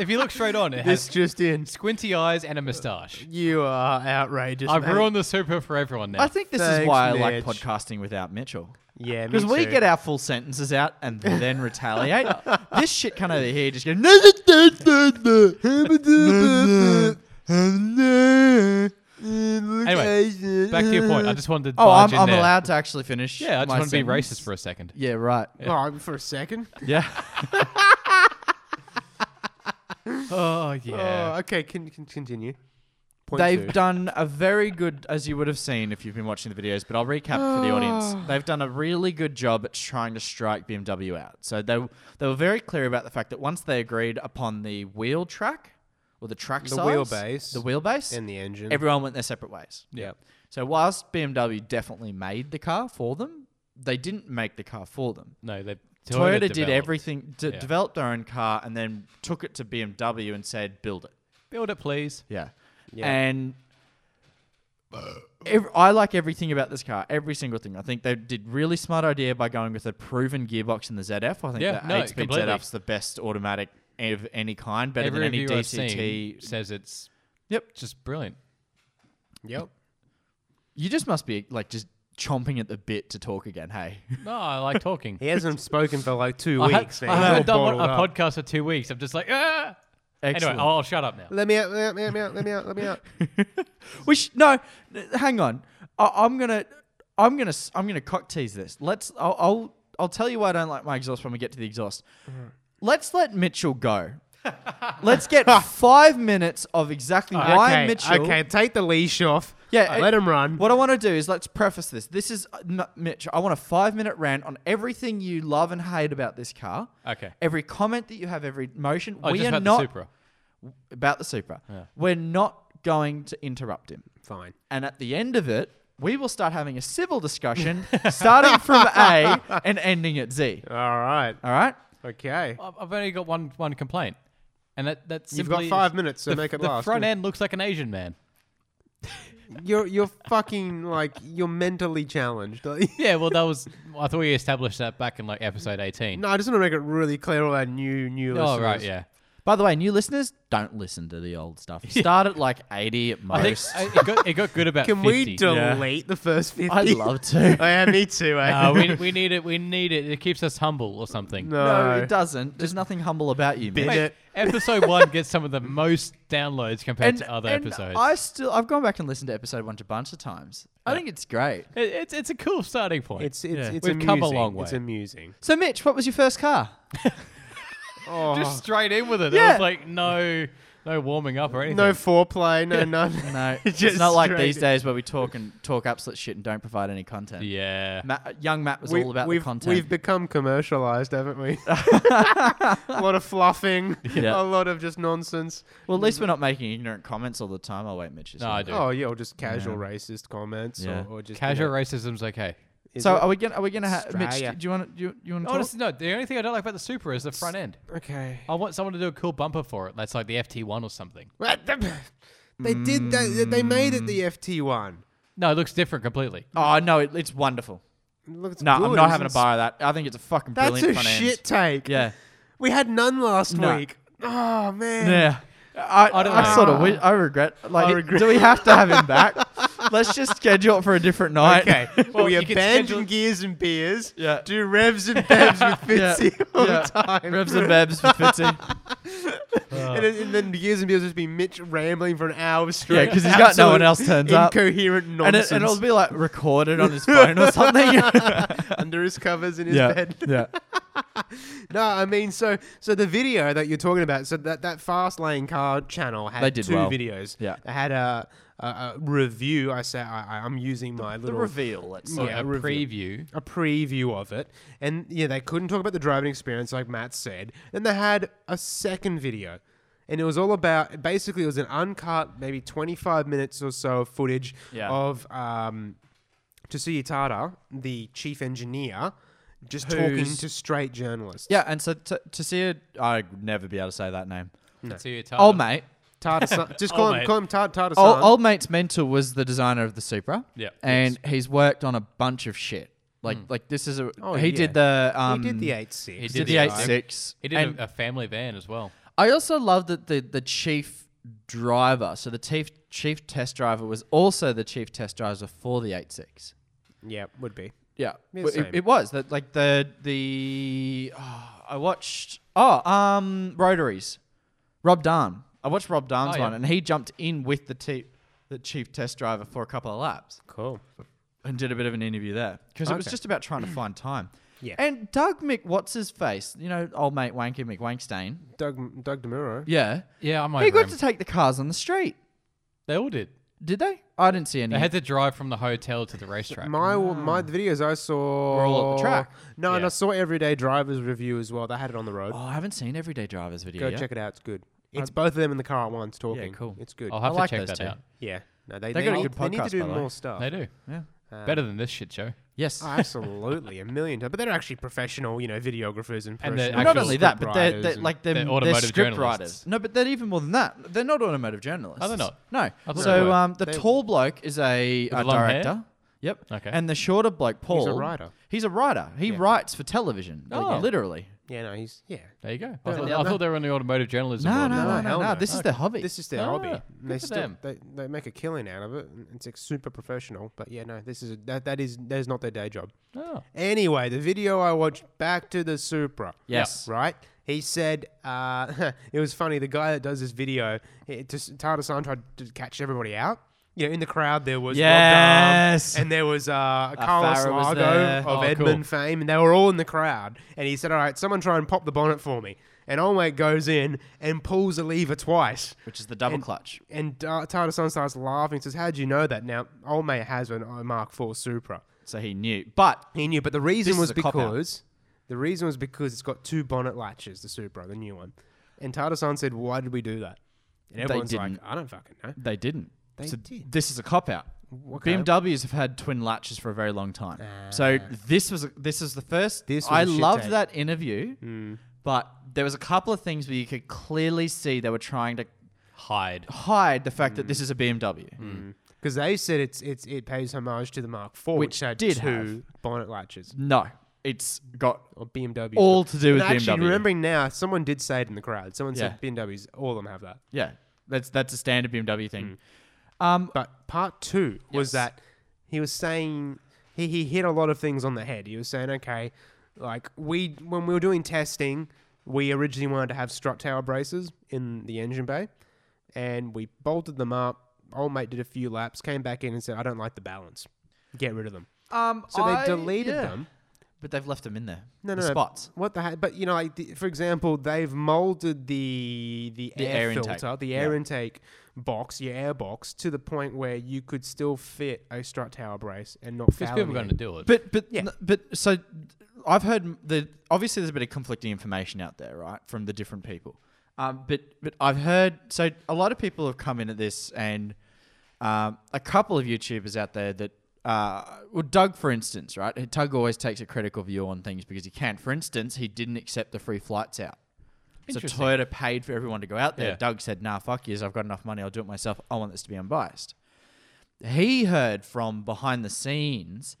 Speaker 4: if you look straight on, it
Speaker 2: This
Speaker 4: has
Speaker 2: just in.
Speaker 4: squinty eyes and a moustache.
Speaker 2: You are outrageous.
Speaker 4: I've
Speaker 2: mate.
Speaker 4: ruined the Supra for everyone
Speaker 3: [LAUGHS]
Speaker 4: now.
Speaker 3: I think this is
Speaker 2: Thanks,
Speaker 3: why I like
Speaker 2: Mitch.
Speaker 3: podcasting without Mitchell.
Speaker 2: Yeah,
Speaker 3: Because we get
Speaker 2: out.
Speaker 3: our full sentences out
Speaker 4: [LAUGHS]
Speaker 3: and then retaliate.
Speaker 4: [LAUGHS]
Speaker 3: this shit kind of here just goes,
Speaker 4: Anyway, back to your point. I just wanted to.
Speaker 3: Oh,
Speaker 4: barge
Speaker 3: I'm,
Speaker 4: in
Speaker 3: I'm
Speaker 4: there.
Speaker 3: allowed to actually finish.
Speaker 4: Yeah, I just
Speaker 3: my
Speaker 4: want to be
Speaker 3: sentence.
Speaker 4: racist for a second.
Speaker 3: Yeah,
Speaker 4: [LAUGHS]
Speaker 3: right.
Speaker 2: Oh, for a second.
Speaker 3: Yeah.
Speaker 4: Oh yeah.
Speaker 2: Oh, okay, can, can continue. Point
Speaker 3: [LAUGHS] They've
Speaker 2: two.
Speaker 3: done a very good, as you would have seen if you've been watching the videos, but I'll recap for the audience.
Speaker 4: [SIGHS]
Speaker 3: They've done a really good job at trying to strike BMW out. So they, they were very clear about the fact that once they agreed upon the wheel track or the track
Speaker 2: The
Speaker 3: size,
Speaker 2: wheelbase.
Speaker 3: the wheelbase,
Speaker 2: and the engine.
Speaker 3: everyone went their separate ways.
Speaker 4: yeah.
Speaker 3: So whilst BMW definitely made the car for them, they didn't make the car for them.
Speaker 4: No, they. Toyota,
Speaker 3: Toyota, did
Speaker 4: developed.
Speaker 3: everything, d-
Speaker 4: Yeah.
Speaker 3: developed their own car, and then took it to BMW and said, "Build it."
Speaker 4: Build it, please.
Speaker 3: Yeah.
Speaker 2: Yeah.
Speaker 3: And ev I like everything about this car, every single thing. I think they did really smart idea by going with a proven gearbox in the ZF. I think
Speaker 4: Yeah,
Speaker 3: the
Speaker 4: no,
Speaker 3: 8-speed
Speaker 4: completely.
Speaker 3: ZF's the best automatic of any kind, better
Speaker 4: Every
Speaker 3: than any
Speaker 4: review I've seen
Speaker 3: DCT.
Speaker 4: says it's
Speaker 3: Yep.
Speaker 4: just brilliant.
Speaker 2: Yep.
Speaker 3: You just must be like just chomping at the bit to talk again, hey. [LAUGHS]
Speaker 4: No, I like talking.
Speaker 2: He hasn't spoken for like two
Speaker 4: I, ha-
Speaker 2: weeks. man.
Speaker 4: I
Speaker 2: He's all
Speaker 4: haven't done one,
Speaker 2: bottled
Speaker 4: a
Speaker 2: up.
Speaker 4: podcast for two weeks. I'm just like, ah.
Speaker 3: Excellent.
Speaker 4: Anyway, I'll shut up now.
Speaker 2: Let me out, let me out, let me out, let me out, let me out.
Speaker 3: We sh- no, n- hang on. I- I'm gonna, I'm gonna, s- I'm gonna cock tease this. Let's. I'll, I'll, I'll tell you why I don't like my exhaust when we get to the exhaust. Let's let Mitchell go. Let's get five minutes of exactly why
Speaker 2: [LAUGHS] Oh, okay,
Speaker 3: Mitchell.
Speaker 2: Okay, take the leash off.
Speaker 3: Yeah,
Speaker 2: Uh,
Speaker 3: it-
Speaker 2: let him run.
Speaker 3: What I want to do is let's preface this. This is uh, M- Mitch. I want a five-minute rant on everything you love and hate about this car.
Speaker 4: Okay.
Speaker 3: Every comment that you have, every motion.
Speaker 4: Oh,
Speaker 3: we
Speaker 4: just
Speaker 3: are
Speaker 4: about
Speaker 3: not
Speaker 4: the Supra.
Speaker 3: about the Supra. We're not going to interrupt him.
Speaker 2: Fine.
Speaker 3: And at the end of it, we will start having a civil discussion,
Speaker 4: [LAUGHS]
Speaker 3: starting from A and ending at Z.
Speaker 2: All right.
Speaker 3: All right?
Speaker 2: Okay.
Speaker 4: I've I've only got one one complaint, and that that's
Speaker 2: You've got
Speaker 4: simply
Speaker 2: five
Speaker 4: is
Speaker 2: minutes, so
Speaker 4: the,
Speaker 2: make it
Speaker 4: the
Speaker 2: last.
Speaker 4: front end looks like an Asian man.
Speaker 2: You're you're fucking like you're mentally challenged. [LAUGHS] no,
Speaker 4: Yeah, well, that was. I thought we established that back in like episode 18.
Speaker 2: I just want to make it really clear all our new new
Speaker 4: oh
Speaker 2: listeners.
Speaker 4: right, yeah.
Speaker 3: By the way, new listeners, don't listen to the old
Speaker 4: [LAUGHS]
Speaker 3: stuff. Start at like 80 at
Speaker 4: I think
Speaker 3: most. [LAUGHS]
Speaker 4: I- Uh, it got, it got good about.
Speaker 2: Can
Speaker 4: 50.
Speaker 2: we delete the first fifty?
Speaker 3: I'd love
Speaker 4: [LAUGHS]
Speaker 3: to.
Speaker 2: [LAUGHS] oh, yeah, me too. [LAUGHS] Eh?
Speaker 4: Uh, we, we need it. We need it. It keeps us humble or something.
Speaker 2: no.
Speaker 3: No, it doesn't. There's nothing humble about you, Mitch.
Speaker 2: Wait, it.
Speaker 4: episode one gets some of the most downloads compared to other
Speaker 3: and
Speaker 4: episodes.
Speaker 3: I still, I've gone back and listened to episode one a bunch of times. I think it's great.
Speaker 4: It- it's it's a cool starting point.
Speaker 2: It's it's
Speaker 4: Yeah.
Speaker 2: it's
Speaker 4: we've
Speaker 2: amusing.
Speaker 4: come a long way.
Speaker 2: It's amusing.
Speaker 3: So, Mitch, what was your first car?
Speaker 2: Oh,
Speaker 4: Just straight in with it. It
Speaker 3: Yeah.
Speaker 4: was like no no warming up or anything.
Speaker 2: no foreplay, [LAUGHS] no nothing.
Speaker 4: [LAUGHS]
Speaker 3: No, it's
Speaker 2: Just
Speaker 3: not like
Speaker 2: straight
Speaker 3: these
Speaker 2: in.
Speaker 3: days where we talk and talk absolute shit and don't provide any content.
Speaker 4: yeah.
Speaker 3: Matt, young Matt was
Speaker 2: We-
Speaker 3: all about
Speaker 2: we've,
Speaker 3: the content.
Speaker 2: We've become commercialized, haven't
Speaker 3: [LAUGHS]
Speaker 2: we? a lot of fluffing,
Speaker 3: Yeah.
Speaker 2: a lot of just nonsense.
Speaker 3: Well, at least we're not making ignorant comments all the time. I'll wait, Mitch. is
Speaker 4: No,
Speaker 3: here.
Speaker 4: I do.
Speaker 2: Oh yeah, or just casual racist comments,
Speaker 3: Yeah.
Speaker 2: or, or just you
Speaker 4: Casual
Speaker 2: know,
Speaker 4: racism's okay.
Speaker 2: is
Speaker 3: So
Speaker 2: it-
Speaker 3: are we gonna are we gonna have Mitch?
Speaker 2: Australia.
Speaker 3: Do you want to do you, you want to talk?
Speaker 4: Honestly, no. The only thing I don't like about the Supra is the front end.
Speaker 2: okay.
Speaker 4: I want someone to do a cool bumper for it. That's like the FT1 or something.
Speaker 2: What the- They did that. They made it
Speaker 3: Mm.
Speaker 2: the FT one.
Speaker 4: No, it looks different completely.
Speaker 3: Oh no, it, it's wonderful.
Speaker 2: Look, it's
Speaker 3: No,
Speaker 2: good,
Speaker 3: I'm not having a
Speaker 2: isn't
Speaker 3: bar of that. I think it's a fucking
Speaker 2: it? That's
Speaker 3: brilliant
Speaker 2: a
Speaker 3: front end.
Speaker 2: shit take. [LAUGHS]
Speaker 3: Yeah,
Speaker 2: we had none last
Speaker 3: No.
Speaker 2: week. Oh man.
Speaker 3: yeah. I, I,
Speaker 4: don't know.
Speaker 3: sort of wi- I regret. Like, do we have to have him
Speaker 2: [LAUGHS]
Speaker 3: back? Let's just schedule it for a different night. [LAUGHS]
Speaker 2: Okay. Well, we
Speaker 4: you could
Speaker 2: abandon
Speaker 4: schedule-
Speaker 2: gears and beers.
Speaker 3: Yeah.
Speaker 2: Do revs and bevs with
Speaker 3: [LAUGHS] Yeah,
Speaker 2: Fitzy all
Speaker 3: yeah.
Speaker 2: the time.
Speaker 3: Revs and Bebs for Fitzy.
Speaker 2: and, then- and then gears and beers would just be Mitch rambling for an hour straight.
Speaker 3: Yeah, because he's got no one else turns up.
Speaker 2: Incoherent
Speaker 3: And,
Speaker 2: [LAUGHS] nonsense
Speaker 3: it, and it'll be like recorded on his phone
Speaker 2: [LAUGHS]
Speaker 3: or something.
Speaker 2: under his covers in his
Speaker 3: yeah,
Speaker 2: bed. [LAUGHS]
Speaker 3: yeah.
Speaker 2: No, I mean, so so the video that you're talking about, so that that fast lane car channel had
Speaker 3: They did
Speaker 2: two
Speaker 3: well.
Speaker 2: videos.
Speaker 3: Yeah.
Speaker 2: they had a, a, a review. I say I, I- I'm using my
Speaker 3: The
Speaker 2: little
Speaker 3: reveal. Let's
Speaker 4: Or
Speaker 3: say.
Speaker 2: Yeah,
Speaker 4: a
Speaker 2: review.
Speaker 4: preview.
Speaker 2: a preview of it, and yeah, they couldn't talk about the driving experience like Matt said. Then they had a second video. And it was all about basically it was an uncut, maybe 25 minutes or so of footage
Speaker 3: Yeah.
Speaker 2: of um, Tatsuya Tada, the chief engineer, just talking
Speaker 3: Who's-
Speaker 2: to straight journalists.
Speaker 3: Yeah, and so to, to see it, I'd never be able to say that name.
Speaker 4: That's your title.
Speaker 2: Oh,
Speaker 3: Old mate.
Speaker 2: Tata-san. Just
Speaker 4: Oh,
Speaker 2: call him,
Speaker 4: mate.
Speaker 2: call him Tata- Tata-san.
Speaker 3: Old, old mate's mentor was the designer of the Supra.
Speaker 4: Yeah. Hmm.
Speaker 3: and he's worked on a bunch of shit. Like like this is a
Speaker 2: Oh,
Speaker 3: he
Speaker 2: yeah.
Speaker 3: did the um
Speaker 2: he did the
Speaker 4: He
Speaker 2: 8-6.
Speaker 4: did
Speaker 3: did
Speaker 4: the
Speaker 3: the eight
Speaker 4: drive.
Speaker 3: six.
Speaker 4: He did a, uh, a family van as well.
Speaker 3: I also love that the the chief driver, so the chief chief test driver was also the chief test driver for the eight six.
Speaker 2: Yeah, would be.
Speaker 3: Yeah,
Speaker 2: Yeah,
Speaker 3: Well,
Speaker 2: same.
Speaker 3: it, it was that like the the oh, I watched oh um Rotaries, Rob Darn. I watched Rob Darn's
Speaker 4: Oh, yeah.
Speaker 3: one, and he jumped in with the, te- the chief test driver for a couple of laps
Speaker 2: Cool.
Speaker 3: and did a bit of an interview there because it was
Speaker 2: Okay.
Speaker 3: just about trying to find time.
Speaker 2: Yeah.
Speaker 3: And Doug Mick, what's his face? You know, old mate Wanky McWankstain.
Speaker 2: Doug Doug Demuro.
Speaker 3: Yeah.
Speaker 4: Yeah, I'm over
Speaker 3: he got
Speaker 4: him.
Speaker 3: to take the cars on the street.
Speaker 4: They all did.
Speaker 3: Did they? I didn't see any.
Speaker 4: They had to drive from the hotel to the racetrack.
Speaker 2: My my the videos I saw
Speaker 3: Mm. Were all at the track.
Speaker 2: No, and
Speaker 4: Yeah.
Speaker 2: I saw Everyday Drivers review as well. They had it on the road.
Speaker 3: oh, I haven't seen Everyday Drivers video
Speaker 2: Go
Speaker 3: yet.
Speaker 2: check it out. It's good. It's both of them in the car at once talking.
Speaker 3: cool.
Speaker 2: It's good.
Speaker 4: I'll have
Speaker 3: I
Speaker 4: to
Speaker 3: like
Speaker 4: check
Speaker 3: those
Speaker 4: that
Speaker 3: two.
Speaker 4: out.
Speaker 2: yeah. No, they,
Speaker 3: They
Speaker 2: they,
Speaker 3: got a
Speaker 2: need,
Speaker 3: good
Speaker 2: they need
Speaker 3: podcast,
Speaker 2: to do
Speaker 3: by the way.
Speaker 2: more stuff.
Speaker 4: They do.
Speaker 3: Yeah.
Speaker 2: Uh,
Speaker 4: Better than this shit show.
Speaker 3: Yes.
Speaker 2: Oh, absolutely, a million times. But they're actually professional, you know, videographers and,
Speaker 4: And
Speaker 2: professional
Speaker 3: Well,
Speaker 4: they're
Speaker 3: not
Speaker 4: actual
Speaker 3: only
Speaker 2: script
Speaker 3: that, but they're,
Speaker 2: writers
Speaker 3: they're
Speaker 2: and-
Speaker 3: like they're,
Speaker 4: They're
Speaker 3: they're
Speaker 4: automotive
Speaker 3: script
Speaker 4: journalists.
Speaker 3: writers. No, but they're even more than that. They're not automotive journalists.
Speaker 4: Are they not?
Speaker 3: No.
Speaker 4: thought
Speaker 3: So
Speaker 4: they were.
Speaker 3: um, the
Speaker 2: They-
Speaker 3: tall bloke is a, uh
Speaker 4: the long hair?
Speaker 3: director. Yep.
Speaker 4: Okay.
Speaker 3: And the shorter bloke, Paul,
Speaker 2: writer.
Speaker 3: He's a writer. He writes for television. like,
Speaker 4: Oh.
Speaker 3: literally.
Speaker 2: yeah, no, he's yeah.
Speaker 4: There you go. I
Speaker 2: Better
Speaker 4: thought,
Speaker 2: than
Speaker 4: I
Speaker 2: that.
Speaker 4: thought they were on the automotive journalism.
Speaker 3: No,
Speaker 4: board.
Speaker 3: no, no, no,
Speaker 2: hell
Speaker 3: no.
Speaker 2: no.
Speaker 3: This is their hobby.
Speaker 2: This is their
Speaker 4: Ah,
Speaker 2: hobby.
Speaker 4: good
Speaker 2: They
Speaker 4: for
Speaker 2: still
Speaker 4: them.
Speaker 2: They, they make a killing out of it. and It's like super professional. But yeah, no, this is that that is that is not their day job.
Speaker 4: Oh.
Speaker 2: Anyway, the video I watched back to the Supra.
Speaker 3: Yes.
Speaker 2: Right? He said, uh, [LAUGHS] it was funny. The guy that does this video, it just, Tata San tried to catch everybody out. You know, in the crowd, there was Rob Dahl,
Speaker 3: Yes.
Speaker 2: and there was uh, Carlos
Speaker 3: Farah was
Speaker 2: Largo
Speaker 3: there.
Speaker 2: of
Speaker 4: Oh,
Speaker 2: Edmund
Speaker 4: cool.
Speaker 2: fame, and they were all in the crowd. And he said, All right, someone try and pop the bonnet for me. And Olmec goes in and pulls the lever twice.
Speaker 3: Which is the double clutch.
Speaker 2: And uh, Tata San starts laughing, says, How'd you know that? Now, Olmec has an uh, Mark IV Supra.
Speaker 3: So he knew. But
Speaker 2: He knew, but the reason
Speaker 3: This
Speaker 2: was
Speaker 3: is a cop-out.
Speaker 2: because the reason was because it's got two bonnet latches, the Supra, the new one. And Tartasan said, "Why did we do that?" And everyone's like,
Speaker 3: didn't.
Speaker 2: "I don't fucking know."
Speaker 3: they didn't.
Speaker 2: They
Speaker 3: so
Speaker 2: did.
Speaker 3: This is a cop out.
Speaker 2: Okay.
Speaker 3: BMWs have had twin latches for a very long time. so this was this is the first.
Speaker 2: Ah. This was
Speaker 3: I
Speaker 2: a shit
Speaker 3: loved
Speaker 2: take. Hmm.
Speaker 3: that interview, but there was a couple of things where you could clearly see they were trying to
Speaker 4: Hide.
Speaker 3: hide the fact
Speaker 2: Hmm.
Speaker 3: that this is a BMW.
Speaker 2: Because they said it's it's it pays homage to the Mark IV, which,
Speaker 3: Which
Speaker 2: had
Speaker 3: did
Speaker 2: two
Speaker 3: have.
Speaker 2: bonnet latches
Speaker 3: No, it's got
Speaker 2: or BMW.
Speaker 3: all to do with
Speaker 2: actually,
Speaker 3: BMW.
Speaker 2: remembering now, someone did say it in the crowd. Someone said
Speaker 3: Yeah.
Speaker 2: BMWs, all of them have that.
Speaker 3: Yeah, that's that's a standard BMW thing.
Speaker 2: But part two was
Speaker 3: Yes.
Speaker 2: that he was saying he, he hit a lot of things on the head. He was saying, okay, like we when we were doing testing, we originally wanted to have strut tower braces in the engine bay, and we bolted them up. Old mate did a few laps, came back in and said, I don't like the balance. Get rid of them.
Speaker 3: Um,
Speaker 2: Hmm. So they
Speaker 3: I-
Speaker 2: deleted
Speaker 3: yeah.
Speaker 2: them.
Speaker 3: but they've left them in there.
Speaker 2: No, no,
Speaker 3: the
Speaker 2: no.
Speaker 3: spots.
Speaker 2: What the heck? But you know, like the, for example, they've molded the the,
Speaker 3: The
Speaker 2: air,
Speaker 3: air intake.
Speaker 2: filter, the air intake box, your air box, to the point where you could still fit a strut tower brace and not
Speaker 4: Because
Speaker 2: foul.
Speaker 4: people are going to
Speaker 2: anything.
Speaker 4: do it.
Speaker 3: But but
Speaker 2: Yeah.
Speaker 3: n- but so I've heard m- the obviously there's a bit of conflicting information out there, right, from the different people. Um, but but I've heard so a lot of people have come in at this, and um, a couple of YouTubers out there that. Uh, well, Doug, for instance, right? Doug always takes a critical view on things because he can. For instance, he didn't accept the free flights out. So
Speaker 4: Interesting.
Speaker 3: Toyota paid for everyone to go out there.
Speaker 4: Yeah.
Speaker 3: Doug said, "Nah, fuck yous. I've got enough money. I'll do it myself. I want this to be unbiased." he heard from behind the scenes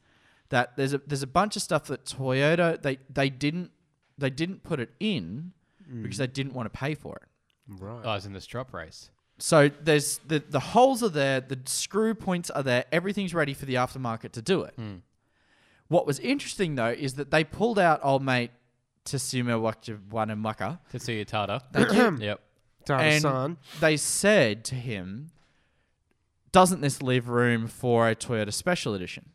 Speaker 3: that there's a there's a bunch of stuff that Toyota they they didn't they didn't put it in
Speaker 4: Mm.
Speaker 3: because they didn't want to pay for it.
Speaker 2: Right.
Speaker 4: I was in the strop race.
Speaker 3: So there's the the holes are there, the screw points are there, everything's ready for the aftermarket to do it.
Speaker 4: Hmm.
Speaker 3: What was interesting though is that they pulled out old mate Tasuma Wakawanamaka
Speaker 4: Tetsuya Tada. Thank Yep.
Speaker 2: Tata San.
Speaker 3: and they said to him, "Doesn't this leave room for a Toyota Special
Speaker 4: [LAUGHS]
Speaker 3: Edition?"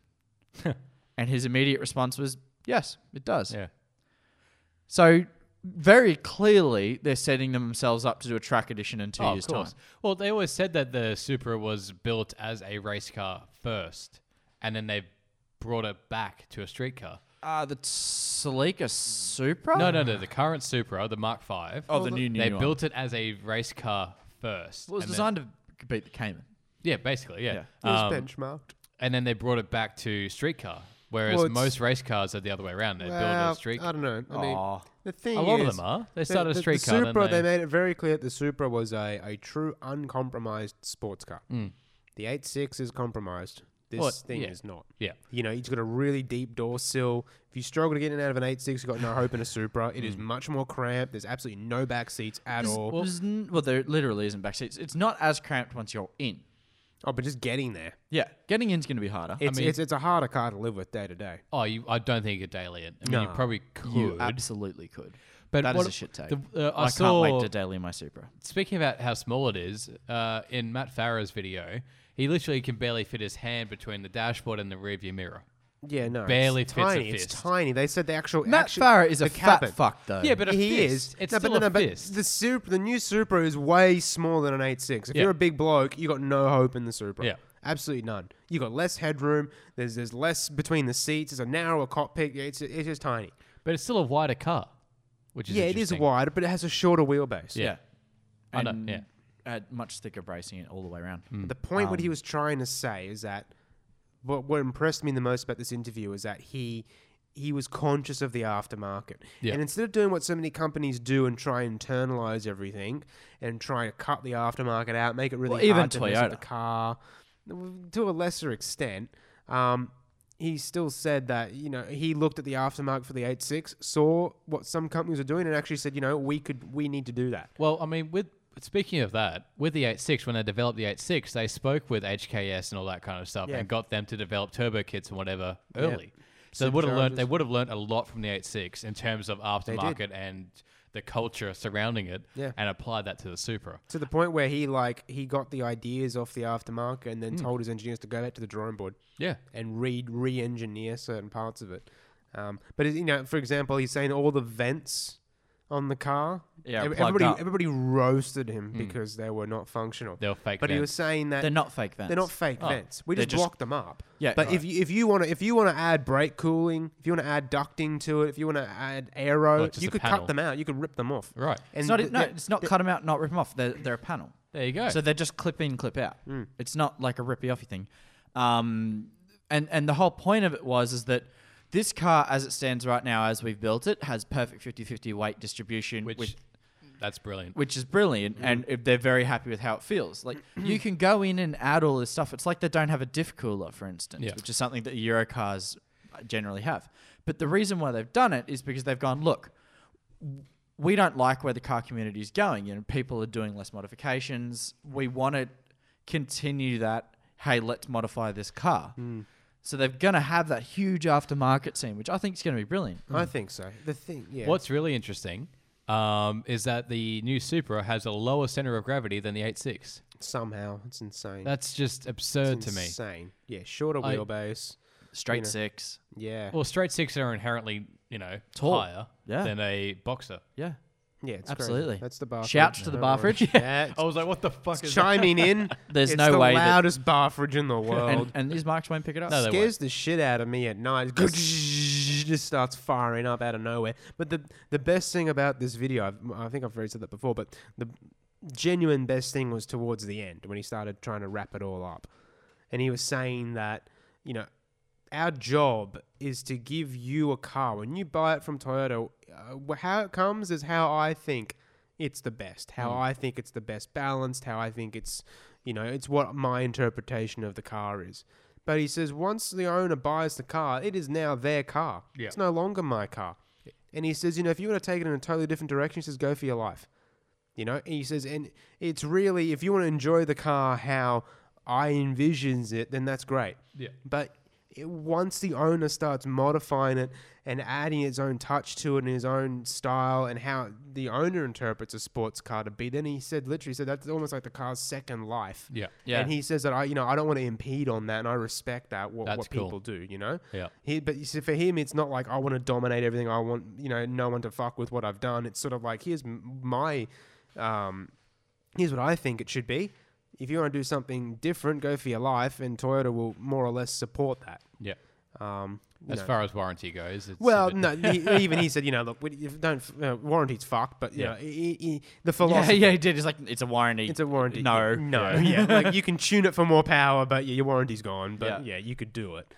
Speaker 3: and his immediate response was, "Yes, it does."
Speaker 4: Yeah.
Speaker 3: So very clearly, they're setting themselves up to do a track edition in two
Speaker 4: Oh,
Speaker 3: years'
Speaker 4: of course.
Speaker 3: time.
Speaker 4: Well, they always said that the Supra was built as a race car first, and then they brought it back to a street car.
Speaker 3: Uh, the Celica Supra?
Speaker 4: No, no, no. The current Supra, the Mark Five.
Speaker 3: Oh, the new, new
Speaker 4: They
Speaker 3: one.
Speaker 4: built it as a race car first.
Speaker 3: It was
Speaker 4: and then-
Speaker 3: designed to beat the Cayman.
Speaker 4: yeah, basically, yeah.
Speaker 2: He was
Speaker 4: Um,
Speaker 2: benchmarked.
Speaker 4: and then they brought it back to street car, whereas
Speaker 2: Well, it's-
Speaker 4: most race cars are the other way around. They build
Speaker 2: Well,
Speaker 4: a street.
Speaker 2: Uh, I don't know. I mean,
Speaker 3: Aw.
Speaker 2: the thing
Speaker 4: A lot of
Speaker 2: is,
Speaker 4: them are. They
Speaker 2: the-
Speaker 4: started a
Speaker 2: the-
Speaker 4: street
Speaker 2: the
Speaker 4: car. then
Speaker 2: Supra, they
Speaker 4: they,
Speaker 2: made it very clear that the Supra was a, a true uncompromised sports car. The 8.6 is compromised. This
Speaker 4: Well,
Speaker 2: thing
Speaker 4: Mm. yeah.
Speaker 2: is not.
Speaker 4: Yeah.
Speaker 2: You know, it's got a really deep door sill. If you struggle to get in and out of an 8.6, you've got no hope in a Supra. It
Speaker 4: Mm.
Speaker 2: is much more cramped. There's absolutely no back seats at all.
Speaker 3: Well, well, there literally isn't back seats. It's not as cramped once you're in.
Speaker 2: oh, but just getting there.
Speaker 3: Yeah, getting in's going to be harder.
Speaker 2: It's,
Speaker 4: mean-
Speaker 2: it's, it's a harder car to live with day to day.
Speaker 4: Oh, you, I don't think you could daily it. I mean, you
Speaker 2: Nah.
Speaker 4: probably could.
Speaker 3: you absolutely could.
Speaker 4: But
Speaker 3: That is
Speaker 4: what-
Speaker 3: a shit take.
Speaker 4: the- uh, I,
Speaker 3: I, can't
Speaker 4: saw,
Speaker 3: wait to daily my Supra.
Speaker 4: Speaking about how small it is, uh, in Matt Farah's video, he literally can barely fit his hand between the dashboard and the rearview mirror.
Speaker 2: Yeah, no.
Speaker 4: Barely
Speaker 2: it's
Speaker 4: fits a
Speaker 2: tiny. It's
Speaker 4: fist.
Speaker 2: tiny. They said the actual
Speaker 3: Matt
Speaker 2: actu-
Speaker 3: Farah is a
Speaker 2: the
Speaker 3: fat
Speaker 2: cabin.
Speaker 3: fuck though.
Speaker 4: Yeah, but a
Speaker 2: he
Speaker 4: fist.
Speaker 2: is.
Speaker 4: It's
Speaker 2: no,
Speaker 4: still
Speaker 2: but, no,
Speaker 4: a
Speaker 2: no,
Speaker 4: fist.
Speaker 2: But the super, the new Supra is way smaller than an 86. If
Speaker 4: Yeah.
Speaker 2: you're a big bloke, you got no hope in the Supra.
Speaker 4: Yeah.
Speaker 2: absolutely none. You got less headroom. There's there's less between the seats. It's a narrower cockpit. It's it's just tiny.
Speaker 4: But it's still a wider car, which is
Speaker 2: yeah, it is
Speaker 4: interesting.
Speaker 2: wide, but it has a shorter wheelbase.
Speaker 4: Yeah, I know,
Speaker 3: And
Speaker 4: yeah.
Speaker 3: had much thicker bracing it all the way around.
Speaker 2: The point
Speaker 3: Um,
Speaker 2: what he was trying to say is that what what impressed me the most about this interview is that he he was conscious of the aftermarket.
Speaker 4: Yeah.
Speaker 2: And instead of doing what so many companies do and try and internalize everything and try and cut the aftermarket out, make it really
Speaker 3: Well, even
Speaker 2: hard to mess with
Speaker 3: Toyota.
Speaker 2: the car to a lesser extent, um, he still said that, you know, he looked at the aftermarket for the 86, saw what some companies were doing and actually said, you know, we could we need to do that.
Speaker 4: Well, I mean, with speaking of that, with the 86, when they developed the 86, they spoke with HKS and all that kind of stuff,
Speaker 2: Yeah.
Speaker 4: and got them to develop turbo kits and whatever early. So they would have
Speaker 2: Superchargers.
Speaker 4: learned. They would have learned a lot from the 86 in terms of aftermarket and the culture surrounding it,
Speaker 2: Yeah.
Speaker 4: and applied that to the Supra.
Speaker 2: To the point where he like he got the ideas off the aftermarket and then told his engineers to go back to the drawing board
Speaker 4: Hmm. Yeah,
Speaker 2: and re re-engineer certain parts of it. Um, but you know, for example, he's saying all the vents on the car.
Speaker 3: Yeah,
Speaker 2: ev-
Speaker 3: plugged
Speaker 2: everybody
Speaker 3: up.
Speaker 2: everybody roasted him because they were not functional.
Speaker 4: Hmm. They were fake
Speaker 2: But he was
Speaker 4: vents.
Speaker 2: saying that
Speaker 3: They're not fake vents.
Speaker 2: they're not fake
Speaker 4: Oh.
Speaker 2: vents. We
Speaker 3: They're
Speaker 2: just,
Speaker 3: just-
Speaker 2: blocked them up.
Speaker 3: Yeah,
Speaker 2: But if
Speaker 3: right.
Speaker 2: you if you want to if you want to add brake cooling, if you want to add ducting to it, if you want to add aero,
Speaker 4: Well, it's just
Speaker 2: you
Speaker 4: a
Speaker 2: could
Speaker 4: panel.
Speaker 2: cut them out. You could rip them off.
Speaker 4: right.
Speaker 2: And
Speaker 3: It's not. e-,
Speaker 2: th-
Speaker 3: no,
Speaker 2: th-
Speaker 3: it's not cut them out, not rip them off. They're they're a panel.
Speaker 4: There you go.
Speaker 3: So they're just clip in, clip out. It's not like a rippy offy thing. Um, and and the whole point of it was is that this car, as it stands right now, as we've built it, has perfect 50-50 weight distribution,
Speaker 4: which,
Speaker 3: which which,
Speaker 4: that's brilliant.
Speaker 3: is brilliant,
Speaker 4: Mm-hmm.
Speaker 3: and if they're very happy with how it feels.
Speaker 4: [CLEARS THROAT]
Speaker 3: Like you can go in and add all this stuff. It's like they don't have a diff cooler, for instance,
Speaker 4: Yeah.
Speaker 3: which is something that Euro cars generally have. But the reason why they've done it is because they've gone, look, we don't like where the car community is going. You know, people are doing less modifications. We want to continue that. Hey, let's modify this car.
Speaker 4: Hmm.
Speaker 3: So they're going to have that huge aftermarket scene, which I think is going to be brilliant.
Speaker 2: I think so. The thing, yeah.
Speaker 4: What's really interesting um, is that the new Supra has a lower center of gravity than the 86.
Speaker 2: somehow. It's insane.
Speaker 4: That's just absurd
Speaker 2: It's
Speaker 4: to me.
Speaker 2: Insane. Yeah, shorter
Speaker 4: I-
Speaker 2: wheelbase.
Speaker 3: Straight
Speaker 2: know.
Speaker 3: six.
Speaker 2: Yeah.
Speaker 4: Well, straight six are inherently, you know,
Speaker 3: Tall.
Speaker 4: higher
Speaker 3: Yeah.
Speaker 4: than a boxer.
Speaker 3: Yeah,
Speaker 2: yeah, it's
Speaker 3: absolutely.
Speaker 2: Crazy. That's the bar.
Speaker 3: Shouts
Speaker 2: fridge.
Speaker 3: to the
Speaker 2: Don't
Speaker 3: bar
Speaker 2: worry.
Speaker 3: fridge. [LAUGHS] Oh,
Speaker 2: Yeah. it's-
Speaker 4: I was like, what the fuck
Speaker 2: it's
Speaker 4: is that?
Speaker 2: chiming in.
Speaker 3: There's
Speaker 2: It's
Speaker 3: no
Speaker 2: the
Speaker 3: way that-
Speaker 2: loudest bar fridge in the
Speaker 3: [LAUGHS] and,
Speaker 2: world.
Speaker 3: and these mics won't pick it up.
Speaker 4: No, they won't.
Speaker 2: scares the shit out of me at night. [LAUGHS] Just starts firing up out of nowhere. But the the best thing about this video, I've, I think I've already said that before, but the genuine best thing was towards the end when he started trying to wrap it all up, and he was saying that you know our job is to give you a car when you buy it from Toyota. Uh, wh- how it comes is how I think it's the best. How I think it's the best balanced. How I think it's you know it's what my interpretation of the car is. But he says once the owner buys the car, it is now their car.
Speaker 4: Yeah.
Speaker 2: It's no longer my car. And he says, you know, if you want to take it in a totally different direction, he says, go for your life. You know, and he says, and it's really if you want to enjoy the car how I envisions it, then that's great.
Speaker 4: Yeah.
Speaker 2: But it, once the owner starts modifying it and adding his own touch to it and his own style and how the owner interprets a sports car to be, then he said literally said that's almost like the car's second life.
Speaker 4: Yeah.
Speaker 3: Yeah.
Speaker 2: And he says that I, you know, I don't want to impede on that, and I respect that what,
Speaker 4: That's
Speaker 2: what
Speaker 4: cool.
Speaker 2: people do, you know.
Speaker 4: Yeah.
Speaker 2: He, but you see, for him, it's not like I want to dominate everything. I want, you know, no one to fuck with what I've done. It's sort of like here's m- my, um, here's what I think it should be. If you want to do something different, go for your life, and Toyota will more or less support that.
Speaker 4: Yeah.
Speaker 2: Um, you
Speaker 4: As
Speaker 2: know.
Speaker 4: far as warranty goes, it's a
Speaker 2: Well,
Speaker 4: bit-
Speaker 2: no. he- even he said, you know, look, we, if don't f- uh, warranty's fucked, but you
Speaker 4: Yeah.
Speaker 2: know, he, he, the
Speaker 3: yeah,
Speaker 2: philosophy.
Speaker 3: yeah, he did. It's like it's a warranty.
Speaker 2: [LAUGHS] It's a warranty.
Speaker 3: No.
Speaker 2: no, yeah. Like you can tune it for more power, but yeah, your warranty's gone. But yeah,
Speaker 3: Yeah.
Speaker 2: you could do it.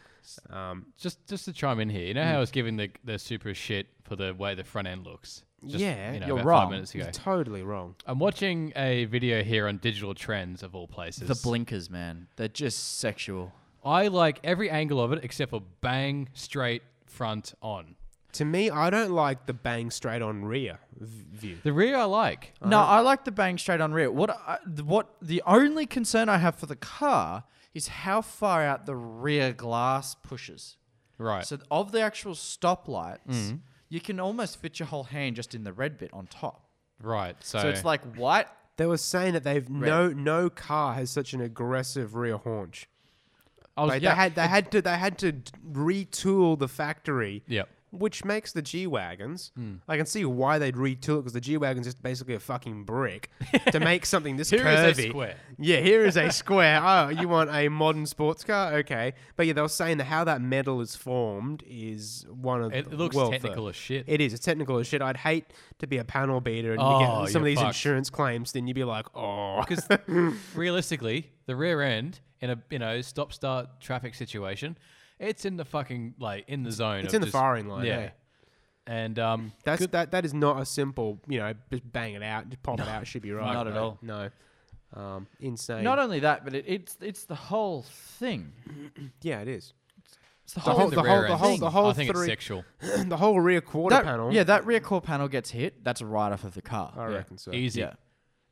Speaker 2: Um,
Speaker 4: just just to chime in here, you know
Speaker 2: Mm.
Speaker 4: how I was giving the the super shit for the way the front end looks. Just,
Speaker 2: Yeah,
Speaker 4: you know,
Speaker 3: you're
Speaker 4: about
Speaker 3: wrong.
Speaker 4: Five minutes ago,
Speaker 2: you're totally wrong.
Speaker 4: I'm watching a video here on digital trends of all places.
Speaker 3: the blinkers, man. They're just sexual.
Speaker 4: I like every angle of it except for bang straight front on.
Speaker 2: To me, I don't like the bang straight on rear v- view.
Speaker 4: The rear I like.
Speaker 2: Uh-huh.
Speaker 3: No, I like the bang straight on rear. What I, th- what the only concern I have for the car is how far out the rear glass pushes.
Speaker 4: Right.
Speaker 3: So th- of the actual stoplights, you can almost fit your whole hand just in the red bit on top.
Speaker 4: Right. So,
Speaker 3: So it's like white.
Speaker 2: They were saying that they've no no car has such an aggressive rear haunch.
Speaker 4: I was,
Speaker 2: Like
Speaker 4: yeah,
Speaker 2: they had they had to they had to d- retool the factory.
Speaker 4: Yep. Hmm.
Speaker 2: Which makes the G wagons. I can see why they'd retool it because the G wagon's just basically a fucking
Speaker 4: [LAUGHS]
Speaker 2: brick to make something this
Speaker 4: Here is
Speaker 2: curvy.
Speaker 4: a square.
Speaker 2: Yeah, here
Speaker 4: [LAUGHS]
Speaker 2: is a square. Oh, you want a modern sports car? Okay, but yeah, they were saying that how that metal is formed is one of
Speaker 4: It
Speaker 2: the
Speaker 4: looks
Speaker 2: well, the-
Speaker 4: technical as shit.
Speaker 2: It is. It's technical as shit. I'd hate to be a panel beater and you
Speaker 4: Oh,
Speaker 2: get some of
Speaker 4: you're
Speaker 2: these
Speaker 4: fucked.
Speaker 2: insurance claims. Then you'd be like, oh, [LAUGHS]
Speaker 4: because realistically, the rear end in a you know stop start traffic situation, it's in the fucking like in the zone.
Speaker 2: it's
Speaker 4: of
Speaker 2: in the
Speaker 4: just-
Speaker 2: firing line,
Speaker 4: Yeah.
Speaker 2: eh?
Speaker 4: And um,
Speaker 2: That's that. That is not a simple, you know, just bang it out, just pop it out. Should be right.
Speaker 3: not at
Speaker 2: mate.
Speaker 3: all.
Speaker 2: No, um, insane.
Speaker 3: Not only that, but it, it's it's the whole thing.
Speaker 2: yeah, it is. [CLEARS THROAT]
Speaker 3: It's the
Speaker 2: The
Speaker 3: whole,
Speaker 2: whole,
Speaker 4: the
Speaker 2: the whole,
Speaker 4: rear
Speaker 2: the
Speaker 4: end
Speaker 2: whole,
Speaker 4: thing.
Speaker 2: the whole
Speaker 4: I think it's
Speaker 2: three,
Speaker 4: sexual.
Speaker 2: the whole rear quarter
Speaker 3: that-
Speaker 2: panel.
Speaker 3: Yeah, that rear core panel gets hit. That's a write off of the car.
Speaker 2: I reckon so.
Speaker 4: Easy,
Speaker 3: Yeah.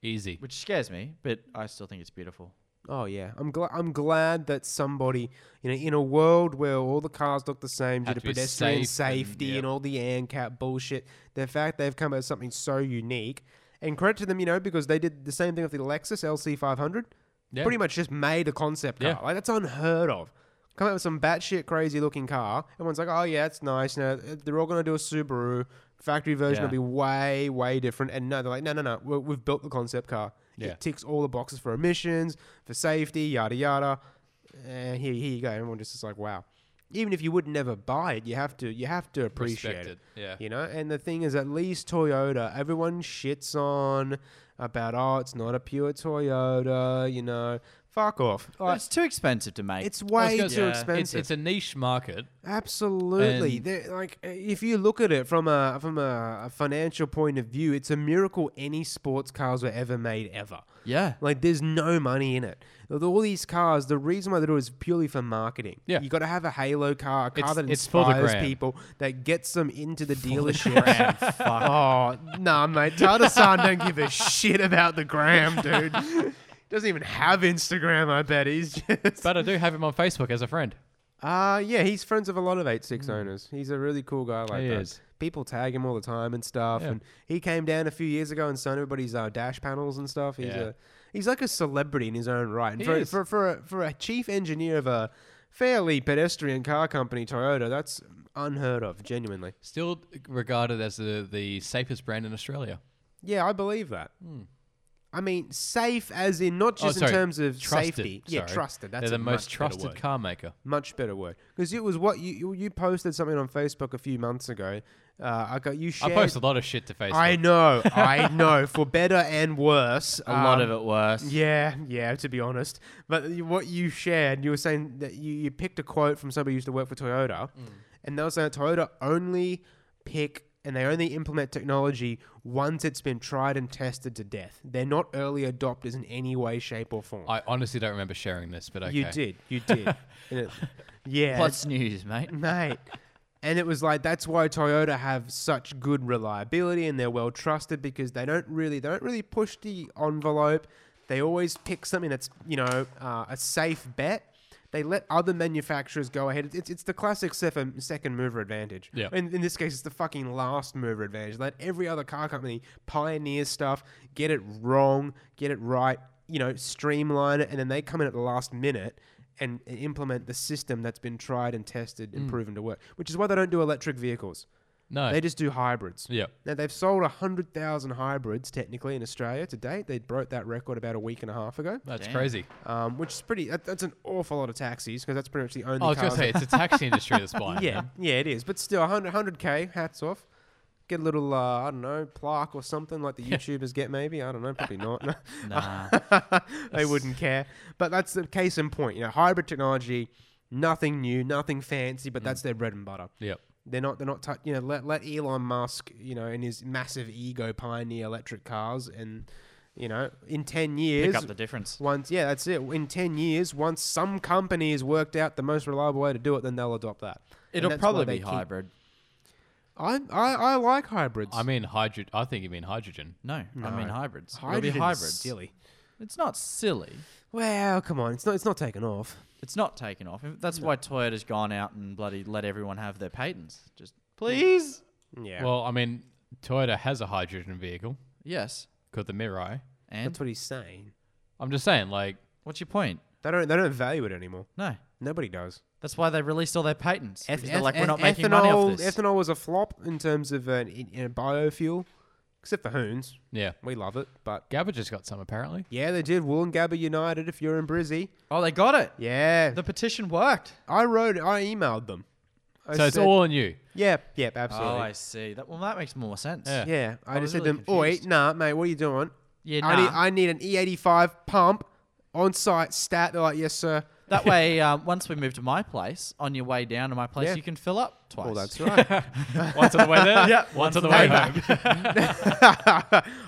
Speaker 4: easy.
Speaker 3: Which scares me, but I still think it's beautiful.
Speaker 2: Oh yeah, I'm glad. I'm glad that somebody, you know, in a world where all the cars look the same due
Speaker 4: Have
Speaker 2: to
Speaker 4: to be
Speaker 2: pedestrian
Speaker 4: safe and-
Speaker 2: safety and,
Speaker 4: yep.
Speaker 2: all the ANCAP bullshit, the fact they've come up with something so unique, and credit to them, you know, because they did the same thing with the Lexus LC500.
Speaker 4: Yeah.
Speaker 2: Pretty much just made a concept car.
Speaker 4: Yeah.
Speaker 2: Like that's unheard of. Come up with some batshit crazy looking car. Everyone's like, oh yeah, it's nice. You know, they're all gonna do a Subaru. Factory version
Speaker 3: Yeah.
Speaker 2: will be way, way different. And no, they're like, no, no, no. we we've built the concept car.
Speaker 4: Yeah.
Speaker 2: It ticks all the boxes for emissions, for safety, yada yada. And here, here you go. Everyone just is like, wow. Even if you would never buy it, you have to, you have to appreciate
Speaker 4: Respect
Speaker 2: it.
Speaker 4: it, yeah.
Speaker 2: You know. And the thing is, at least Toyota, everyone shits on about, oh, it's not a pure Toyota. You know, fuck off. Like,
Speaker 3: it's too expensive to make.
Speaker 2: it's
Speaker 4: I was
Speaker 2: way
Speaker 4: gonna
Speaker 2: too
Speaker 4: say, uh, it's- It's,
Speaker 2: expensive.
Speaker 4: a niche market.
Speaker 2: Absolutely.
Speaker 4: And-
Speaker 2: They're, like uh, if you look at it from a from a, a financial point of view, it's a miracle any sports cars were ever made ever.
Speaker 3: yeah.
Speaker 2: Like there's no money in it. With all these cars, the reason why they do it is purely for marketing.
Speaker 4: Yeah.
Speaker 2: You got to have a halo car, a car
Speaker 4: It's-
Speaker 2: that
Speaker 4: it's for the
Speaker 2: inspires
Speaker 4: gram.
Speaker 2: people, that gets them into the dealership. [LAUGHS] oh, nah, mate. Tata-san don't give a shit about the gram,
Speaker 4: [LAUGHS]
Speaker 2: dude. Doesn't even have Instagram, I bet. He's just [LAUGHS]
Speaker 4: But I do have him on Facebook as a friend.
Speaker 2: uh yeah, he's friends with a lot of eight six owners. He's a really cool guy like
Speaker 4: Mm. He
Speaker 2: that.
Speaker 4: is.
Speaker 2: People tag him all the time and stuff.
Speaker 4: Yeah.
Speaker 2: And he came down a few years ago and signed everybody's uh, dash panels and stuff. He's
Speaker 4: Yeah.
Speaker 2: a he's like a celebrity in his own right. And
Speaker 4: He
Speaker 2: for,
Speaker 4: is.
Speaker 2: for for a, for a chief engineer of a fairly pedestrian car company, Toyota, that's unheard of. Genuinely,
Speaker 4: Still regarded as the, the safest brand in Australia.
Speaker 2: yeah, I believe that. I mean, safe as in not
Speaker 4: Hmm. Oh,
Speaker 2: just in
Speaker 4: sorry,
Speaker 2: terms of
Speaker 4: trusted,
Speaker 2: safety. Yeah,
Speaker 4: sorry.
Speaker 2: trusted. That's
Speaker 4: They're the
Speaker 2: a
Speaker 4: most
Speaker 2: much better
Speaker 4: trusted
Speaker 2: word.
Speaker 4: car maker.
Speaker 2: Much better word because it was what you, you you posted something on Facebook a few months ago. Uh, I got you shared.
Speaker 4: I post a lot of shit to Facebook.
Speaker 2: I know, I know, for better and worse. um,
Speaker 3: A lot of it worse.
Speaker 2: Yeah, yeah. To be honest, but you- what you shared, you were saying that you, you picked a quote from somebody who used to work for Toyota, and they were saying that Toyota only pick and they only implement technology once it's been tried and tested to death. They're not early adopters in any way, shape, or form.
Speaker 4: I honestly don't remember sharing this, but okay.
Speaker 2: You did, you did. And it- yeah,
Speaker 3: What's news,
Speaker 2: [LAUGHS]
Speaker 3: mate?
Speaker 2: mate. And it was like that's why Toyota have such good reliability and they're well trusted because they don't really they don't really push the envelope. They always pick something that's you know uh, a safe bet. They let other manufacturers go ahead. It's, it's the classic sef- second mover advantage.
Speaker 4: Yeah.
Speaker 2: In, in this case, it's the fucking last mover advantage. Let every other car company pioneer stuff, get it wrong, get it right, you know, streamline it, and then they come in at the last minute and, and implement the system that's been tried and tested and proven to work, which is why they don't do electric vehicles.
Speaker 4: Mm. No.
Speaker 2: They just do hybrids.
Speaker 4: Yeah.
Speaker 2: Now, they've sold 100,000 hybrids technically in Australia to date. They broke that record about a week and a half ago,
Speaker 4: That's
Speaker 3: Damn.
Speaker 4: crazy.
Speaker 2: um, which is pretty, that, that's an awful lot of taxis because that's pretty much the only
Speaker 4: Oh, I was going
Speaker 2: cars
Speaker 4: to say, it's a taxi industry that's
Speaker 2: [LAUGHS]
Speaker 4: buying.
Speaker 2: yeah,
Speaker 4: them.
Speaker 2: yeah, it is. But still, 100, 100K, hats off. Get a little, uh, I don't know, plaque or something
Speaker 3: [LAUGHS]
Speaker 2: like the YouTubers get, maybe. I don't know, probably not.
Speaker 3: Nah.
Speaker 2: [LAUGHS] they wouldn't care. But that's the case in point. You know, hybrid technology, nothing new, nothing fancy, but
Speaker 3: Mm.
Speaker 2: that's their bread and butter.
Speaker 4: Yep.
Speaker 2: They're not, they're not, tou you know, let, let Elon Musk, you know, and his massive ego pioneer electric cars and, you know, in 10 years.
Speaker 3: [LAUGHS] Pick up the difference.
Speaker 2: once, yeah, that's it. In 10 years, once some company has worked out the most reliable way to do it, then they'll adopt that. And
Speaker 3: It'll
Speaker 2: that's why
Speaker 3: probably
Speaker 2: they
Speaker 3: be
Speaker 2: keep-
Speaker 3: hybrid.
Speaker 2: I, I, I like hybrids.
Speaker 4: I mean, hydro- I think you mean hydrogen.
Speaker 3: No, I mean hybrids. It'll be
Speaker 2: Hydrogen's
Speaker 3: hybrids.
Speaker 2: Silly.
Speaker 3: It's not silly.
Speaker 2: Well, come on, it's not it's not taken off.
Speaker 3: It's not taken off. That's why Toyota's gone out and bloody let everyone have their patents. Just please.
Speaker 2: Yeah.
Speaker 4: Well, I mean, Toyota has a hydrogen vehicle
Speaker 3: Yes.
Speaker 4: called the Mirai.
Speaker 3: And
Speaker 2: that's what he's saying.
Speaker 4: I'm just saying, like,
Speaker 3: what's your point?
Speaker 2: They don't they don't value it anymore.
Speaker 3: No.
Speaker 2: Nobody does.
Speaker 3: That's why they released all their patents.
Speaker 2: Eth-
Speaker 3: because they're
Speaker 2: eth-
Speaker 3: like, we're not
Speaker 2: eth-
Speaker 3: making
Speaker 2: ethanol,
Speaker 3: money off this.
Speaker 2: Ethanol was a flop in terms of an, in, in a biofuel, except for Hoons.
Speaker 4: yeah.
Speaker 2: We love it, but
Speaker 4: Gabba just got some apparently.
Speaker 2: yeah, they did. Wollongabba United, if you're in Brizzy.
Speaker 3: oh, they got it.
Speaker 2: Yeah.
Speaker 3: The petition worked.
Speaker 2: I wrote, I emailed them. I
Speaker 4: so it's
Speaker 2: said-
Speaker 4: all on you.
Speaker 2: Yep, yep, absolutely.
Speaker 3: Oh, I see. That well, that makes more sense.
Speaker 4: Yeah.
Speaker 2: yeah, I,
Speaker 3: I
Speaker 2: just
Speaker 3: was
Speaker 2: said
Speaker 3: really
Speaker 2: to them, oi,
Speaker 3: confused.
Speaker 2: nah, mate, what are you doing?
Speaker 3: Yeah,
Speaker 2: I, need,
Speaker 3: nah.
Speaker 2: I need an E85 pump on site stat. They're like, yes, sir. [LAUGHS]
Speaker 3: That way, um, once we move to my place, on your way down to my place,
Speaker 2: Yeah.
Speaker 3: you can fill up twice.
Speaker 2: Well, that's right.
Speaker 4: Once on the
Speaker 2: [LAUGHS]
Speaker 4: way there,
Speaker 3: Yeah.
Speaker 4: once, on the way back.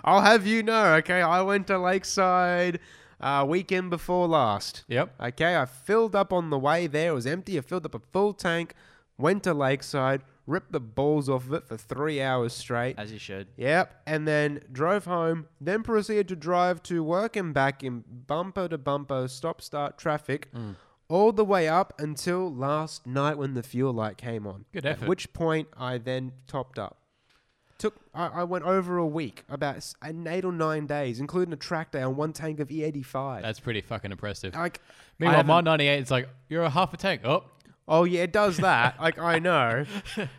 Speaker 2: I'll have you know, okay? I went to Lakeside uh, weekend before last.
Speaker 4: Yep.
Speaker 2: Okay, I filled up on the way there. It was empty. I filled up a full tank, went to Lakeside, ripped the balls off of it for three hours straight.
Speaker 3: As you should.
Speaker 2: Yep, and then drove home, then proceeded to drive to work and back in bumper to bumper, stop start traffic,
Speaker 4: Mm.
Speaker 2: all the way up until last night when the fuel light came on.
Speaker 4: Good
Speaker 2: At
Speaker 4: effort.
Speaker 2: which point I then topped up. Took I, I went over a week, about s- an eight or nine days, including a track day on one tank of E85.
Speaker 4: That's pretty fucking impressive.
Speaker 2: like,
Speaker 4: Meanwhile,
Speaker 2: haven't-
Speaker 4: my 98 is like, you're a half a tank. Oh,
Speaker 2: oh yeah, it does
Speaker 4: [LAUGHS]
Speaker 2: that. like I know,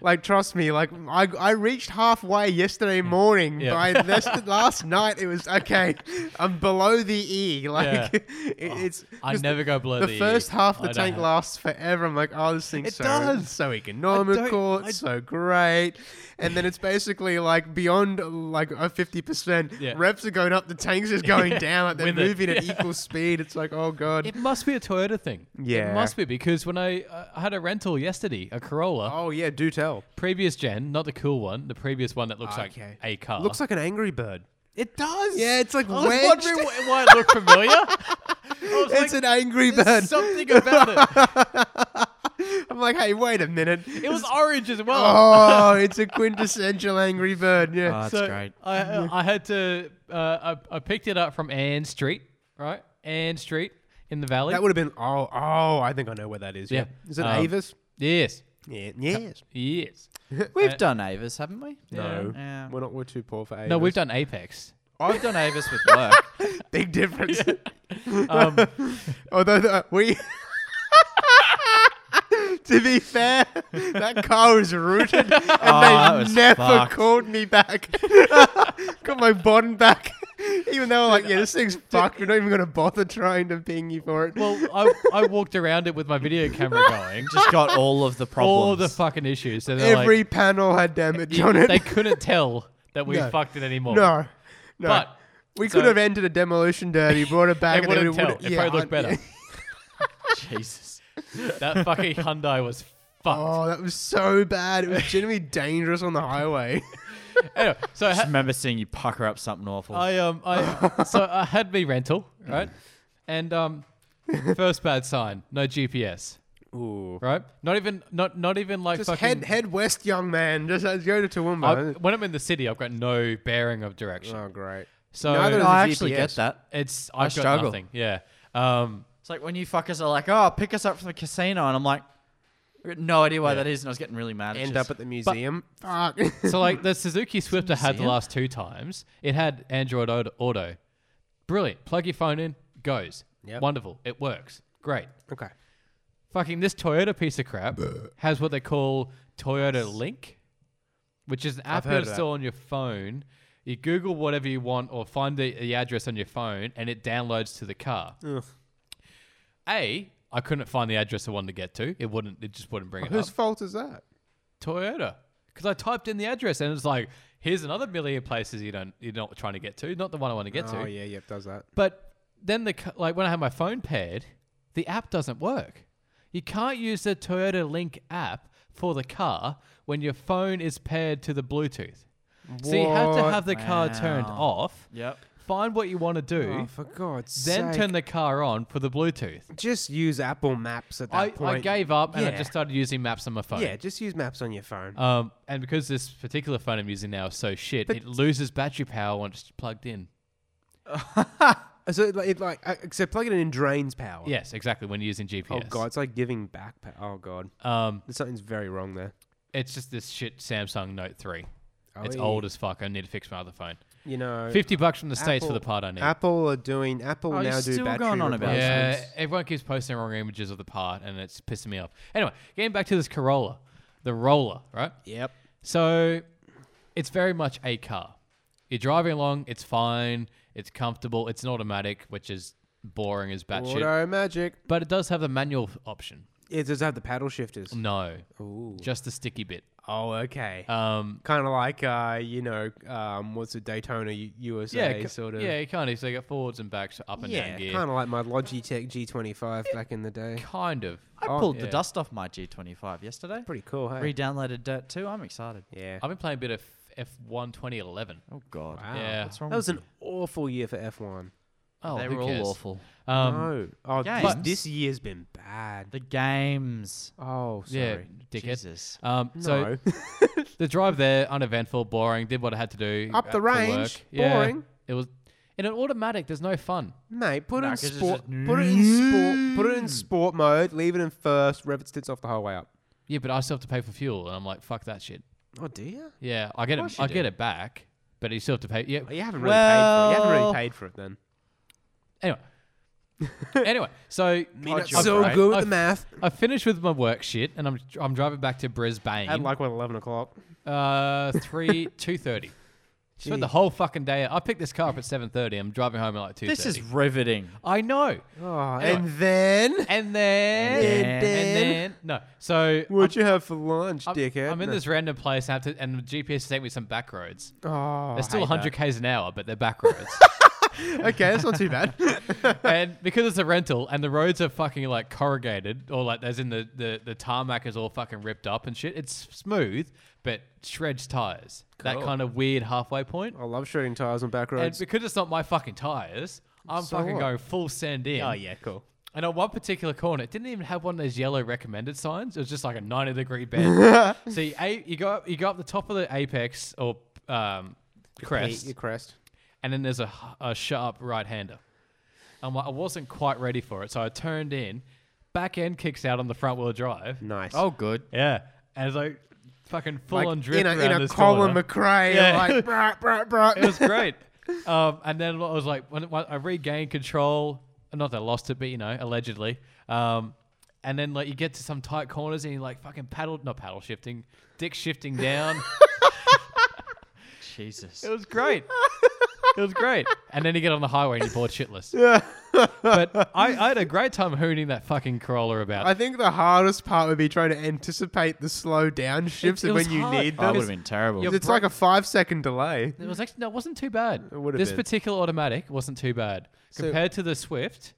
Speaker 2: like trust me. Like I, I reached halfway yesterday morning.
Speaker 4: Mm. Yeah.
Speaker 2: By this
Speaker 4: [LAUGHS]
Speaker 2: last night, it was okay. I'm below the E. Like [LAUGHS]
Speaker 4: Yeah. Oh,
Speaker 2: it, it's.
Speaker 4: I
Speaker 2: 'cause
Speaker 4: never go below
Speaker 2: The,
Speaker 4: the E.
Speaker 2: first half of
Speaker 4: I
Speaker 2: the
Speaker 4: don't
Speaker 2: tank
Speaker 4: have-
Speaker 2: lasts forever. I'm like, oh, this thing's
Speaker 3: It
Speaker 2: so,
Speaker 3: does.
Speaker 2: it's so economical. It's so great. And then it's basically like beyond uh, like a 50%.
Speaker 4: Yeah.
Speaker 2: Reps are going up, the tank's
Speaker 4: [LAUGHS]
Speaker 2: just going down. Like they're
Speaker 4: With it.
Speaker 2: moving at equal speed. It's like, oh, God.
Speaker 4: It must be a Toyota thing.
Speaker 2: Yeah.
Speaker 4: It must be because when I, uh, I had a rental yesterday, a Corolla,
Speaker 2: oh, yeah, do tell.
Speaker 4: previous gen, not the cool one, the previous one that looks
Speaker 2: Okay.
Speaker 4: like a car.
Speaker 2: Looks like an angry bird.
Speaker 3: It does.
Speaker 2: Yeah, it's like
Speaker 4: [LAUGHS] I was
Speaker 2: wedged.
Speaker 4: wondering wh- why it looked
Speaker 2: [LAUGHS]
Speaker 4: familiar. I was
Speaker 2: It's an
Speaker 4: like,
Speaker 2: angry bird.
Speaker 4: there's something about it.
Speaker 2: [LAUGHS] I'm like, hey, wait a minute.
Speaker 4: [LAUGHS] It was orange as well.
Speaker 2: oh, it's a quintessential angry bird. Yeah.
Speaker 3: that's
Speaker 4: so
Speaker 3: great.
Speaker 4: I, I- I had to. Uh, I, I picked it up from Ann Street, right? Ann Street in the valley.
Speaker 2: that would have been. Oh, oh, I think I know where that is. Yeah.
Speaker 4: Yeah.
Speaker 2: Is it
Speaker 4: Um,
Speaker 2: Avis?
Speaker 4: yes,
Speaker 2: Yeah. Yes.
Speaker 4: yes.
Speaker 2: [LAUGHS]
Speaker 3: We've done Avis, haven't we?
Speaker 2: No.
Speaker 3: Yeah.
Speaker 2: We're not. We're too poor for Avis.
Speaker 4: No, we've
Speaker 2: [LAUGHS]
Speaker 4: done Apex.
Speaker 3: I've done Avis with work.
Speaker 2: big difference.
Speaker 4: [LAUGHS]
Speaker 2: [LAUGHS]
Speaker 4: Um,
Speaker 2: Although the, we. [LAUGHS] To be fair, that car was rooted, and
Speaker 4: Ah,
Speaker 3: that
Speaker 2: they
Speaker 3: was
Speaker 2: never
Speaker 3: fucked.
Speaker 2: called me back. [LAUGHS] Got my bond back, [LAUGHS] even though like, yeah, this thing's fucked. We're not even gonna bother trying to ping you for it.
Speaker 4: well, I, I walked around it with my video camera going.
Speaker 3: Just got all of the problems.
Speaker 4: all the fucking issues. So they're
Speaker 2: Every
Speaker 4: like,
Speaker 2: [LAUGHS] panel had damage
Speaker 4: you-
Speaker 2: on it. [LAUGHS]
Speaker 4: they couldn't tell that we
Speaker 2: No.
Speaker 4: fucked it anymore.
Speaker 2: no, no.
Speaker 4: But
Speaker 2: we
Speaker 4: so-
Speaker 2: could have ended a demolition derby, brought it back,
Speaker 4: it
Speaker 2: and then
Speaker 4: wouldn't
Speaker 2: it
Speaker 4: tell.
Speaker 2: would-
Speaker 4: It
Speaker 2: yeah,
Speaker 4: probably looked
Speaker 2: I-
Speaker 4: better. [LAUGHS]
Speaker 3: Jesus.
Speaker 4: that fucking Hyundai was
Speaker 2: [LAUGHS]
Speaker 4: fucked.
Speaker 2: Oh, that was so bad. It was genuinely dangerous on the highway.
Speaker 4: Anyway, so I,
Speaker 3: Just
Speaker 4: ha-
Speaker 3: remember seeing you pucker up something awful.
Speaker 4: I um
Speaker 2: [LAUGHS]
Speaker 4: I so I had me rental right, and um first bad sign, no GPS.
Speaker 2: Ooh.
Speaker 4: right? Not even not not even like
Speaker 2: Just
Speaker 4: fucking.
Speaker 2: head head west, young man. Just uh, go to Toowoomba.
Speaker 4: I, when I'm in the city, I've got no bearing of direction.
Speaker 2: oh, great.
Speaker 4: so
Speaker 2: neither does-
Speaker 3: I
Speaker 2: the
Speaker 3: actually
Speaker 2: GPS.
Speaker 3: get that.
Speaker 4: it's I've got
Speaker 3: struggle.
Speaker 4: nothing. Yeah. Um.
Speaker 3: It's like when you fuckers are like, oh, pick us up from the casino. And I'm like, I got no idea why
Speaker 4: Yeah.
Speaker 3: that is. And I was getting really mad.
Speaker 2: End
Speaker 3: just-
Speaker 2: up at the museum. [LAUGHS] Fuck.
Speaker 4: So like the Suzuki Swift I had the
Speaker 3: museum?
Speaker 4: last two times, it had Android Auto. Auto. Brilliant. Plug your phone in, goes.
Speaker 2: Yep.
Speaker 4: Wonderful. It works. Great.
Speaker 2: okay.
Speaker 4: Fucking this Toyota piece of crap has what they call Toyota Link, which is an app
Speaker 2: heard of
Speaker 4: you
Speaker 2: that.
Speaker 4: install on your phone. You Google whatever you want or find the, the address on your phone and it downloads to the car. A, I couldn't find the address I wanted to get to. It wouldn't. It just wouldn't bring it
Speaker 2: Whose
Speaker 4: up.
Speaker 2: fault is that?
Speaker 4: Toyota, because I typed in the address and it's like, here's another million places you don't you're not trying to get to. Not the one I want to get
Speaker 2: Oh
Speaker 4: to.
Speaker 2: yeah, yep, does that.
Speaker 4: But then the c- like when I have my phone paired, the app doesn't work. You can't use the Toyota Link app for the car when your phone is paired to the Bluetooth. So you have to
Speaker 2: What?
Speaker 4: have the car turned
Speaker 3: Wow.
Speaker 4: off.
Speaker 3: [LAUGHS] Yep.
Speaker 4: Find what you want to do,
Speaker 2: Oh, for God's
Speaker 4: then
Speaker 2: sake.
Speaker 4: turn the car on for the Bluetooth.
Speaker 2: just use Apple Maps at that
Speaker 4: I,
Speaker 2: point.
Speaker 4: I gave up and I
Speaker 2: Yeah.
Speaker 4: just started using maps on my phone.
Speaker 2: Yeah, just use Maps on your phone.
Speaker 4: Um, and because this particular phone I'm using now is so shit, it loses battery power when it's plugged in.
Speaker 2: so it, like- it like uh, except plugging it in drains power.
Speaker 4: Yes, exactly. When you're using GPS.
Speaker 2: Oh god, it's like giving back. Pa- oh god,
Speaker 4: Um,
Speaker 2: something's very wrong there.
Speaker 4: It's just this shit Samsung Note 3. it's
Speaker 2: Oy.
Speaker 4: old as fuck. I need to fix my other phone.
Speaker 2: You know,
Speaker 4: 50 bucks from the States for the part I need.
Speaker 2: Apple are doing. Apple
Speaker 3: Oh, you're
Speaker 2: now do
Speaker 3: still
Speaker 2: battery
Speaker 3: going on about
Speaker 2: replacement.
Speaker 4: Yeah,
Speaker 3: Thanks.
Speaker 4: everyone keeps posting wrong images of the part, and it's pissing me off. Anyway, getting back to this Corolla, the roller, right?
Speaker 2: Yep.
Speaker 4: So it's very much a car. You're driving along, it's fine, it's comfortable, it's an automatic, which is boring as batshit.
Speaker 2: Auto magic.
Speaker 4: But it does have the manual option.
Speaker 2: It does have the paddle shifters.
Speaker 4: No, just the sticky bit.
Speaker 2: Oh, okay.
Speaker 4: Um,
Speaker 2: kind of like, uh, you know, um, what's it, Daytona U- USA
Speaker 4: yeah, ki-
Speaker 2: sort of.
Speaker 4: yeah, kind of. So you got forwards and backs, up and
Speaker 2: yeah
Speaker 4: down gear.
Speaker 2: kind of like my Logitech G25 back in the day.
Speaker 4: Kind of.
Speaker 3: I pulled the
Speaker 4: yeah.
Speaker 3: dust off my G25 yesterday.
Speaker 2: Oh, Pretty cool, hey?
Speaker 3: Re-downloaded Dirt 2. I'm excited.
Speaker 2: yeah.
Speaker 4: I've been playing a bit of F1 2011.
Speaker 3: Oh God.
Speaker 2: Wow.
Speaker 4: yeah.
Speaker 3: What's
Speaker 2: That
Speaker 3: wrong
Speaker 2: was
Speaker 3: with
Speaker 2: an awful year for F1.
Speaker 4: Oh,
Speaker 3: They
Speaker 4: who
Speaker 3: were all
Speaker 4: cares?
Speaker 3: awful.
Speaker 4: Um,
Speaker 2: no. Oh, this,
Speaker 3: Games?
Speaker 2: this year's been bad.
Speaker 3: The games.
Speaker 2: Oh,
Speaker 4: Yeah,
Speaker 2: sorry.
Speaker 4: dickhead.
Speaker 3: Jesus.
Speaker 4: Um, So
Speaker 2: no.
Speaker 4: the drive there, uneventful, boring. Did what I had to do.
Speaker 2: Up
Speaker 4: at-
Speaker 2: the
Speaker 4: for work.
Speaker 2: range,
Speaker 4: Yeah,
Speaker 2: boring.
Speaker 4: it was in an automatic. There's no fun.
Speaker 2: [LAUGHS] Mate, put it
Speaker 3: Nah,
Speaker 2: in
Speaker 3: 'cause it's
Speaker 2: sport.
Speaker 3: just-
Speaker 2: Put it in sport. Put it in sport mode. Leave it in first. Rev its tits off the whole way up.
Speaker 4: Yeah, but I still have to pay for fuel, and I'm like, fuck that shit.
Speaker 2: Oh, do you?
Speaker 4: Yeah, I get it.
Speaker 3: you
Speaker 4: I
Speaker 3: do.
Speaker 4: get it back, but you still have to pay. Yeah.
Speaker 2: You haven't really paid for it. You haven't really
Speaker 3: Well-
Speaker 2: paid for it then. [LAUGHS]
Speaker 4: Anyway. anyway, so
Speaker 2: Midnight's
Speaker 3: you're
Speaker 2: so
Speaker 3: right.
Speaker 2: good with
Speaker 4: I-
Speaker 2: the math.
Speaker 4: I finished with my work shit, and I'm I'm driving back to Brisbane.
Speaker 2: At like what eleven o'clock. [LAUGHS]
Speaker 4: Uh, three two thirty. Spent the whole fucking day. I picked this car up at seven thirty. I'm driving home at like two.
Speaker 3: This is riveting.
Speaker 4: I know.
Speaker 2: Oh,
Speaker 4: Anyway.
Speaker 2: and [LAUGHS] then
Speaker 4: And then,
Speaker 3: And
Speaker 4: and then, no. So
Speaker 2: what you have for lunch,
Speaker 4: I'm,
Speaker 2: dickhead?
Speaker 4: I'm in
Speaker 2: No.
Speaker 4: this random place, and, I have to, and the GPS sent me some back roads.
Speaker 2: Oh,
Speaker 4: They're still 100 k's an hour, but they're back roads.
Speaker 2: okay, that's not too bad.
Speaker 4: [LAUGHS] and because it's a rental, and the roads are fucking like corrugated, or like there's in the the the tarmac is all fucking ripped up and shit. It's smooth, but shreds tires. That
Speaker 2: Cool. Oh,
Speaker 4: kind of weird halfway point.
Speaker 2: I love shredding tires on back
Speaker 4: And
Speaker 2: roads.
Speaker 4: because it's not my fucking tires, I'm
Speaker 2: So
Speaker 4: fucking
Speaker 2: what?
Speaker 4: going full send in.
Speaker 2: oh yeah, cool.
Speaker 4: And on one particular corner, it didn't even have one of those yellow recommended signs. It was just like a 90
Speaker 2: [LAUGHS]
Speaker 4: degree bend. so you, a, you go up, you go up the top of the apex or um, crest,
Speaker 2: Your crest.
Speaker 4: and then there's a, h- a sharp right hander. I'm like, I wasn't quite ready for it, so I turned in. Back end kicks out on the front wheel drive.
Speaker 2: Nice.
Speaker 3: Oh, good.
Speaker 4: Yeah, and it's like fucking Oh, full
Speaker 2: like
Speaker 4: on drift
Speaker 2: in a,
Speaker 4: around
Speaker 2: in a
Speaker 4: this
Speaker 2: Colin
Speaker 4: corner.
Speaker 2: McRae,
Speaker 4: Yeah. [LAUGHS]
Speaker 2: like brah, brah, brah.
Speaker 4: It was great. um, and then I was like, when, when I regained control. Not that I lost it, but you know, allegedly. Um, and then like you get to some tight corners and you like fucking paddle, not paddle shifting, dick shifting down.
Speaker 3: Jesus.
Speaker 4: it
Speaker 2: [LAUGHS]
Speaker 4: was great. It was great. And then you get on the highway and you're
Speaker 2: [LAUGHS]
Speaker 4: bored shitless. but I, I had a great time hooning that fucking Corolla
Speaker 2: [LAUGHS]
Speaker 4: about.
Speaker 2: I think the hardest part would be trying to anticipate the slow down shifts
Speaker 4: it was
Speaker 2: when you
Speaker 4: hard.
Speaker 2: need
Speaker 3: That
Speaker 2: them.
Speaker 3: would have been terrible.
Speaker 4: Yep.
Speaker 2: it's like a five second delay.
Speaker 4: it was actually no, it wasn't too bad.
Speaker 2: would've
Speaker 4: this
Speaker 2: been.
Speaker 4: particular automatic wasn't too bad
Speaker 2: So-
Speaker 4: compared to the Swift.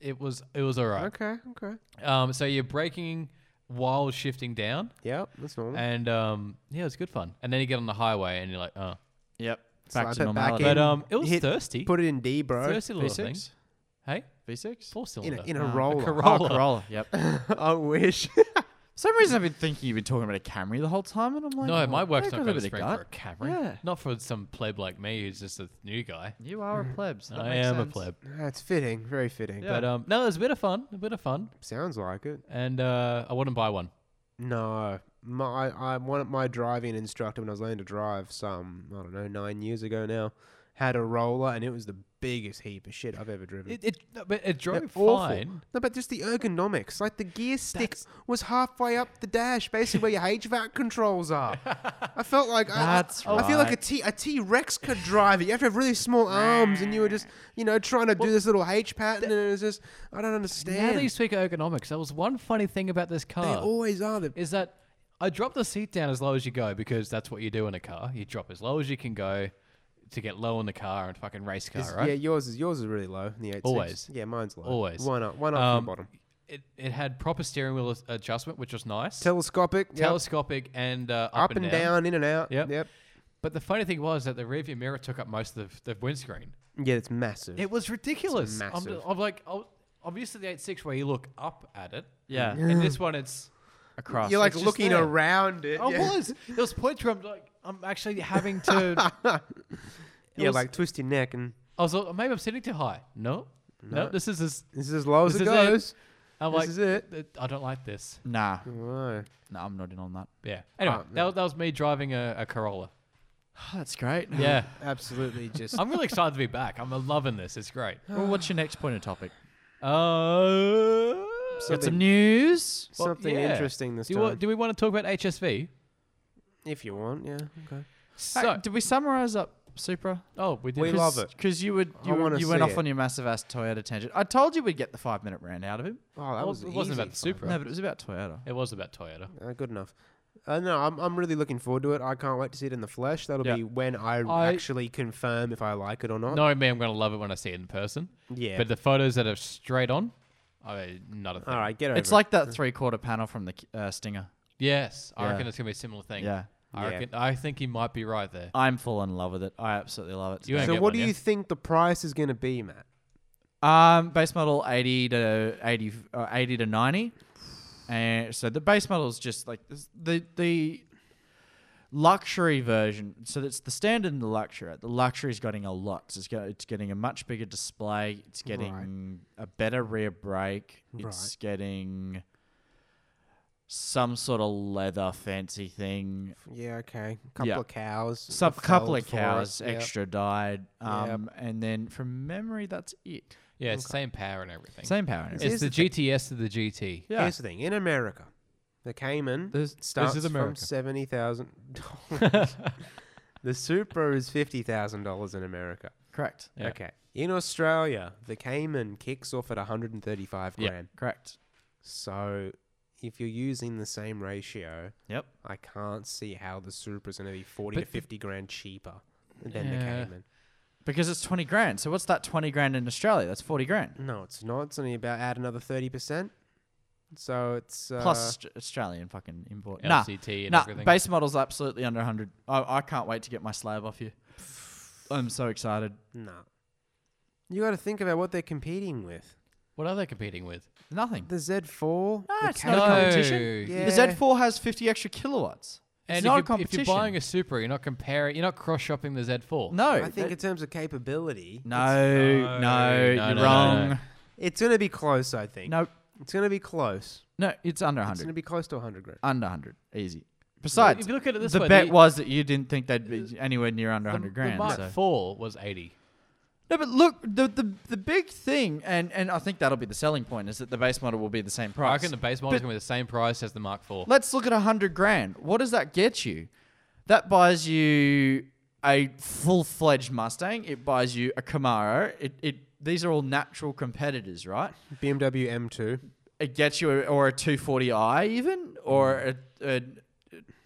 Speaker 4: It was it was alright.
Speaker 2: Okay, okay.
Speaker 4: Um, so you're braking while shifting down,
Speaker 2: Yep, that's normal.
Speaker 4: and um, yeah, it's good fun. And then you get on the highway, and you're like, oh,
Speaker 3: Yep.
Speaker 2: Slap
Speaker 3: Back
Speaker 2: it
Speaker 3: to
Speaker 2: back
Speaker 3: normality.
Speaker 4: but
Speaker 2: in.
Speaker 4: um, it was
Speaker 2: Hit-
Speaker 4: thirsty,
Speaker 2: Put it in D, bro.
Speaker 4: thirsty little thing.
Speaker 3: V6?
Speaker 4: Hey,
Speaker 3: [LAUGHS] V6?
Speaker 4: four
Speaker 2: in
Speaker 4: cylinder,
Speaker 2: a, in a
Speaker 3: Uh, a
Speaker 2: roller. [LAUGHS]
Speaker 4: Corolla.
Speaker 3: Oh, uh, Corolla. Yep. For
Speaker 2: I wish.
Speaker 3: [LAUGHS] some reason, I've been thinking you've been talking about a Camry the whole time, and I'm like,
Speaker 4: No, my
Speaker 3: oh,
Speaker 4: work's
Speaker 3: I've
Speaker 4: not
Speaker 3: got
Speaker 4: going to
Speaker 3: bit
Speaker 4: spring
Speaker 3: of
Speaker 4: for a
Speaker 3: gut.
Speaker 4: Camry.
Speaker 3: Yeah.
Speaker 4: Not for some pleb like me who's just a new guy.
Speaker 3: You are a pleb. So that
Speaker 4: I
Speaker 3: makes
Speaker 4: am a
Speaker 3: sense.
Speaker 4: pleb,
Speaker 2: That's fitting. Very fitting.
Speaker 3: Yeah.
Speaker 4: but um, no, it was a bit of fun, a bit of fun,
Speaker 2: Sounds like it.
Speaker 4: and uh, I wouldn't buy one.
Speaker 2: No, my I one my driving instructor when I was learning to drive some I don't know nine years ago now had a roller and it was the biggest heap of shit I've ever driven.
Speaker 4: It, it no, but it drove
Speaker 2: They're
Speaker 4: fine.
Speaker 2: No, but just the ergonomics. Like the gear stick was halfway up the dash, basically where your HVAC controls
Speaker 3: [LAUGHS]
Speaker 2: are. I felt like I-
Speaker 3: That's
Speaker 2: I, I, feel like a
Speaker 3: right.
Speaker 2: T a T Rex could drive it. You have to have really small arms, and you were just you know trying to do this little H pattern, and it was just I don't
Speaker 4: Now
Speaker 2: understand.
Speaker 4: that you speak of ergonomics, there was one funny thing about this car.
Speaker 2: they always are. The,
Speaker 4: is that I drop the seat down as low as you go because that's what you do in a car. You drop as low as you can go to get low in the car and fucking race car,
Speaker 2: Is-
Speaker 4: right?
Speaker 2: Yeah, yours is yours is really low. in The eight
Speaker 4: Always.
Speaker 2: Yeah, mine's low.
Speaker 4: Always.
Speaker 2: One up, one up
Speaker 4: Um,
Speaker 2: from the bottom.
Speaker 4: It, it had proper steering wheel as- adjustment, which was nice.
Speaker 2: Telescopic. yep.
Speaker 4: Telescopic and uh,
Speaker 2: Up, and down. in and out.
Speaker 4: Yep.
Speaker 2: Yep.
Speaker 4: But the funny thing was that the rearview mirror took up most of the, the windscreen.
Speaker 2: Yeah, it's massive.
Speaker 4: It was ridiculous. I'm,
Speaker 2: massive.
Speaker 4: I'm like, I'll- I'm used to the 86 where you look up at it.
Speaker 3: Yeah.
Speaker 4: In this
Speaker 2: [LAUGHS]
Speaker 4: one, it's
Speaker 3: Across.
Speaker 2: You're like
Speaker 4: just
Speaker 2: looking
Speaker 4: there.
Speaker 2: around it.
Speaker 4: I
Speaker 2: yeah.
Speaker 4: was. There was points where I'm like, I'm actually
Speaker 2: [LAUGHS]
Speaker 4: having to. It
Speaker 2: Yeah,
Speaker 4: was- uh,
Speaker 2: like twist your neck and
Speaker 4: I was like, maybe I'm sitting too high. No, no, this is as
Speaker 2: this is as low as
Speaker 4: This
Speaker 2: it
Speaker 4: is it.
Speaker 2: goes.
Speaker 4: I'm
Speaker 2: This
Speaker 4: like,
Speaker 2: is it.
Speaker 4: "Th- I don't like this.
Speaker 3: [LAUGHS] Nah,
Speaker 2: Whoa.
Speaker 3: nah, I'm not in on that.
Speaker 4: Yeah. Anyway,
Speaker 2: Ah,
Speaker 4: that, was- that was me driving a,
Speaker 2: [LAUGHS]
Speaker 4: a Corolla.
Speaker 3: that's great.
Speaker 4: Yeah. [LAUGHS]
Speaker 2: Absolutely just.
Speaker 4: I'm really excited to be back. I'm loving this. It's great.
Speaker 3: Well, what's your next point of topic?
Speaker 4: Uh,
Speaker 3: Got
Speaker 2: Something-
Speaker 3: some news.
Speaker 4: well,
Speaker 2: Something
Speaker 4: yeah.
Speaker 2: interesting this
Speaker 4: do
Speaker 2: time.
Speaker 4: you wa- do we want to talk about HSV?
Speaker 2: if you want, yeah. Okay.
Speaker 4: So,
Speaker 3: hey, did we summarize up Supra?
Speaker 4: oh, we did.
Speaker 2: We
Speaker 4: this.
Speaker 2: love it.
Speaker 3: Because you would,
Speaker 2: I
Speaker 3: you,
Speaker 2: wanna
Speaker 3: were- you went
Speaker 2: see
Speaker 3: off
Speaker 2: it.
Speaker 3: on your massive ass Toyota tangent. I told you we'd get the five minute rant out of him.
Speaker 2: Oh, that
Speaker 4: Well,
Speaker 2: was
Speaker 4: it wasn't
Speaker 2: easy.
Speaker 4: about the Supra.
Speaker 3: No, but it was about Toyota.
Speaker 4: It was about Toyota.
Speaker 2: Uh, good enough. Uh, no, I'm, I'm really looking forward to it. I can't wait to see it in the flesh. That'll
Speaker 3: Yeah.
Speaker 2: be when I,
Speaker 4: I-
Speaker 2: actually confirm if I like it or not.
Speaker 4: No, me, I'm going to love it when I see it in person.
Speaker 2: Yeah.
Speaker 4: But the photos that are straight on, I not a thing.
Speaker 2: All right, get over
Speaker 3: It's like that three quarter panel from the K- uh, Stinger.
Speaker 4: Yes, I
Speaker 3: Yeah.
Speaker 4: reckon it's going to be a similar thing.
Speaker 3: Yeah,
Speaker 4: I
Speaker 2: Yeah.
Speaker 4: reckon. I think he might be right there.
Speaker 3: I'm full in love with it. I absolutely love it.
Speaker 4: You
Speaker 2: it.
Speaker 4: ain't
Speaker 2: So,
Speaker 4: get
Speaker 2: what
Speaker 4: one,
Speaker 2: do
Speaker 4: yeah?
Speaker 2: you think the price is going to be, Matt?
Speaker 3: Um, base model 80 to 80, uh, 80 to 90. And so the base model is just like this- the the luxury version. So it's the standard and the luxury. The luxury is getting a lot. So it's, go, it's getting a much bigger display. It's getting a better rear brake. It's getting some sort of leather fancy thing.
Speaker 2: Yeah, okay. Couple
Speaker 3: Yeah.
Speaker 2: of cows. a
Speaker 3: Some couple
Speaker 2: fold
Speaker 3: of
Speaker 2: for it.
Speaker 3: cows
Speaker 2: Yeah.
Speaker 3: extra dyed.
Speaker 2: Yep.
Speaker 3: Um, And then from memory, that's it.
Speaker 4: Yeah, it's same power and everything.
Speaker 3: Same power. and
Speaker 2: Is it-
Speaker 4: It's
Speaker 2: Here's
Speaker 4: the,
Speaker 2: the thing.
Speaker 4: GTS to the GT.
Speaker 3: Yeah.
Speaker 2: Here's the thing in America, the Cayman
Speaker 3: This- this
Speaker 2: starts
Speaker 4: is
Speaker 2: from
Speaker 4: America.
Speaker 2: $70,000. the Supra is $50,000 in America.
Speaker 3: Correct.
Speaker 4: Yeah.
Speaker 2: Okay. In Australia, the Cayman kicks off at 135
Speaker 4: Yeah.
Speaker 2: grand.
Speaker 3: Correct.
Speaker 2: So if you're using the same ratio,
Speaker 3: Yep.
Speaker 2: I can't see how the Supra's going to be 40 to
Speaker 4: But the-
Speaker 2: 50 grand cheaper than
Speaker 4: Yeah.
Speaker 2: the Cayman.
Speaker 3: Because it's 20 grand. So what's that 20 grand in Australia? That's 40 grand.
Speaker 4: Mm,
Speaker 2: No, it's not. It's only about add another 30%. So it's uh,
Speaker 3: Plus Aust- Australian fucking import.
Speaker 4: LCT and
Speaker 3: nah,
Speaker 4: everything.
Speaker 3: Nah, base model's absolutely under 100. I, I can't wait to get my slab
Speaker 4: [SIGHS]
Speaker 3: off you. I'm so excited.
Speaker 2: No. You got to think about what they're competing with.
Speaker 4: What are they competing with?
Speaker 3: Nothing.
Speaker 2: The Z4.
Speaker 3: No,
Speaker 2: the
Speaker 3: it's
Speaker 2: Cayman.
Speaker 3: not a competition.
Speaker 2: Yeah.
Speaker 3: The Z4 has 50 extra kilowatts.
Speaker 4: And
Speaker 3: it's
Speaker 4: if,
Speaker 3: not
Speaker 4: you're,
Speaker 3: a competition.
Speaker 4: if you're buying a Supra, you're not comparing. You're not cross shopping the Z4.
Speaker 3: no,
Speaker 2: I think
Speaker 3: that-
Speaker 2: in terms of capability,
Speaker 3: no, no,
Speaker 4: No, no,
Speaker 3: you're
Speaker 4: no,
Speaker 3: wrong.
Speaker 4: no.
Speaker 2: it's going to be close, I think.
Speaker 3: Nope.
Speaker 2: It's going to be close.
Speaker 3: No, it's under
Speaker 2: It's going to
Speaker 3: 100.
Speaker 2: be close to 100 grand.
Speaker 3: Under 100. Easy. Besides,
Speaker 4: if you look at it this
Speaker 3: the
Speaker 4: way,
Speaker 3: bet
Speaker 4: the-
Speaker 3: was that you didn't think they'd be anywhere near under
Speaker 4: the,
Speaker 3: 100 grand.
Speaker 4: The Mark
Speaker 3: so.
Speaker 4: Four was 80.
Speaker 3: No, but look, the, the the big thing, and, and I think that'll be the selling point, is that the base model will be the same
Speaker 4: I
Speaker 3: price.
Speaker 4: reckon the base model is going to be the same price as the Mark Four.
Speaker 3: Let's look at a hundred grand. What does that get you? That buys you a full fledged Mustang. It buys you a Camaro. It, it these are all natural competitors, right?
Speaker 2: BMW M2.
Speaker 3: It gets you a, or a 240i even, or a, a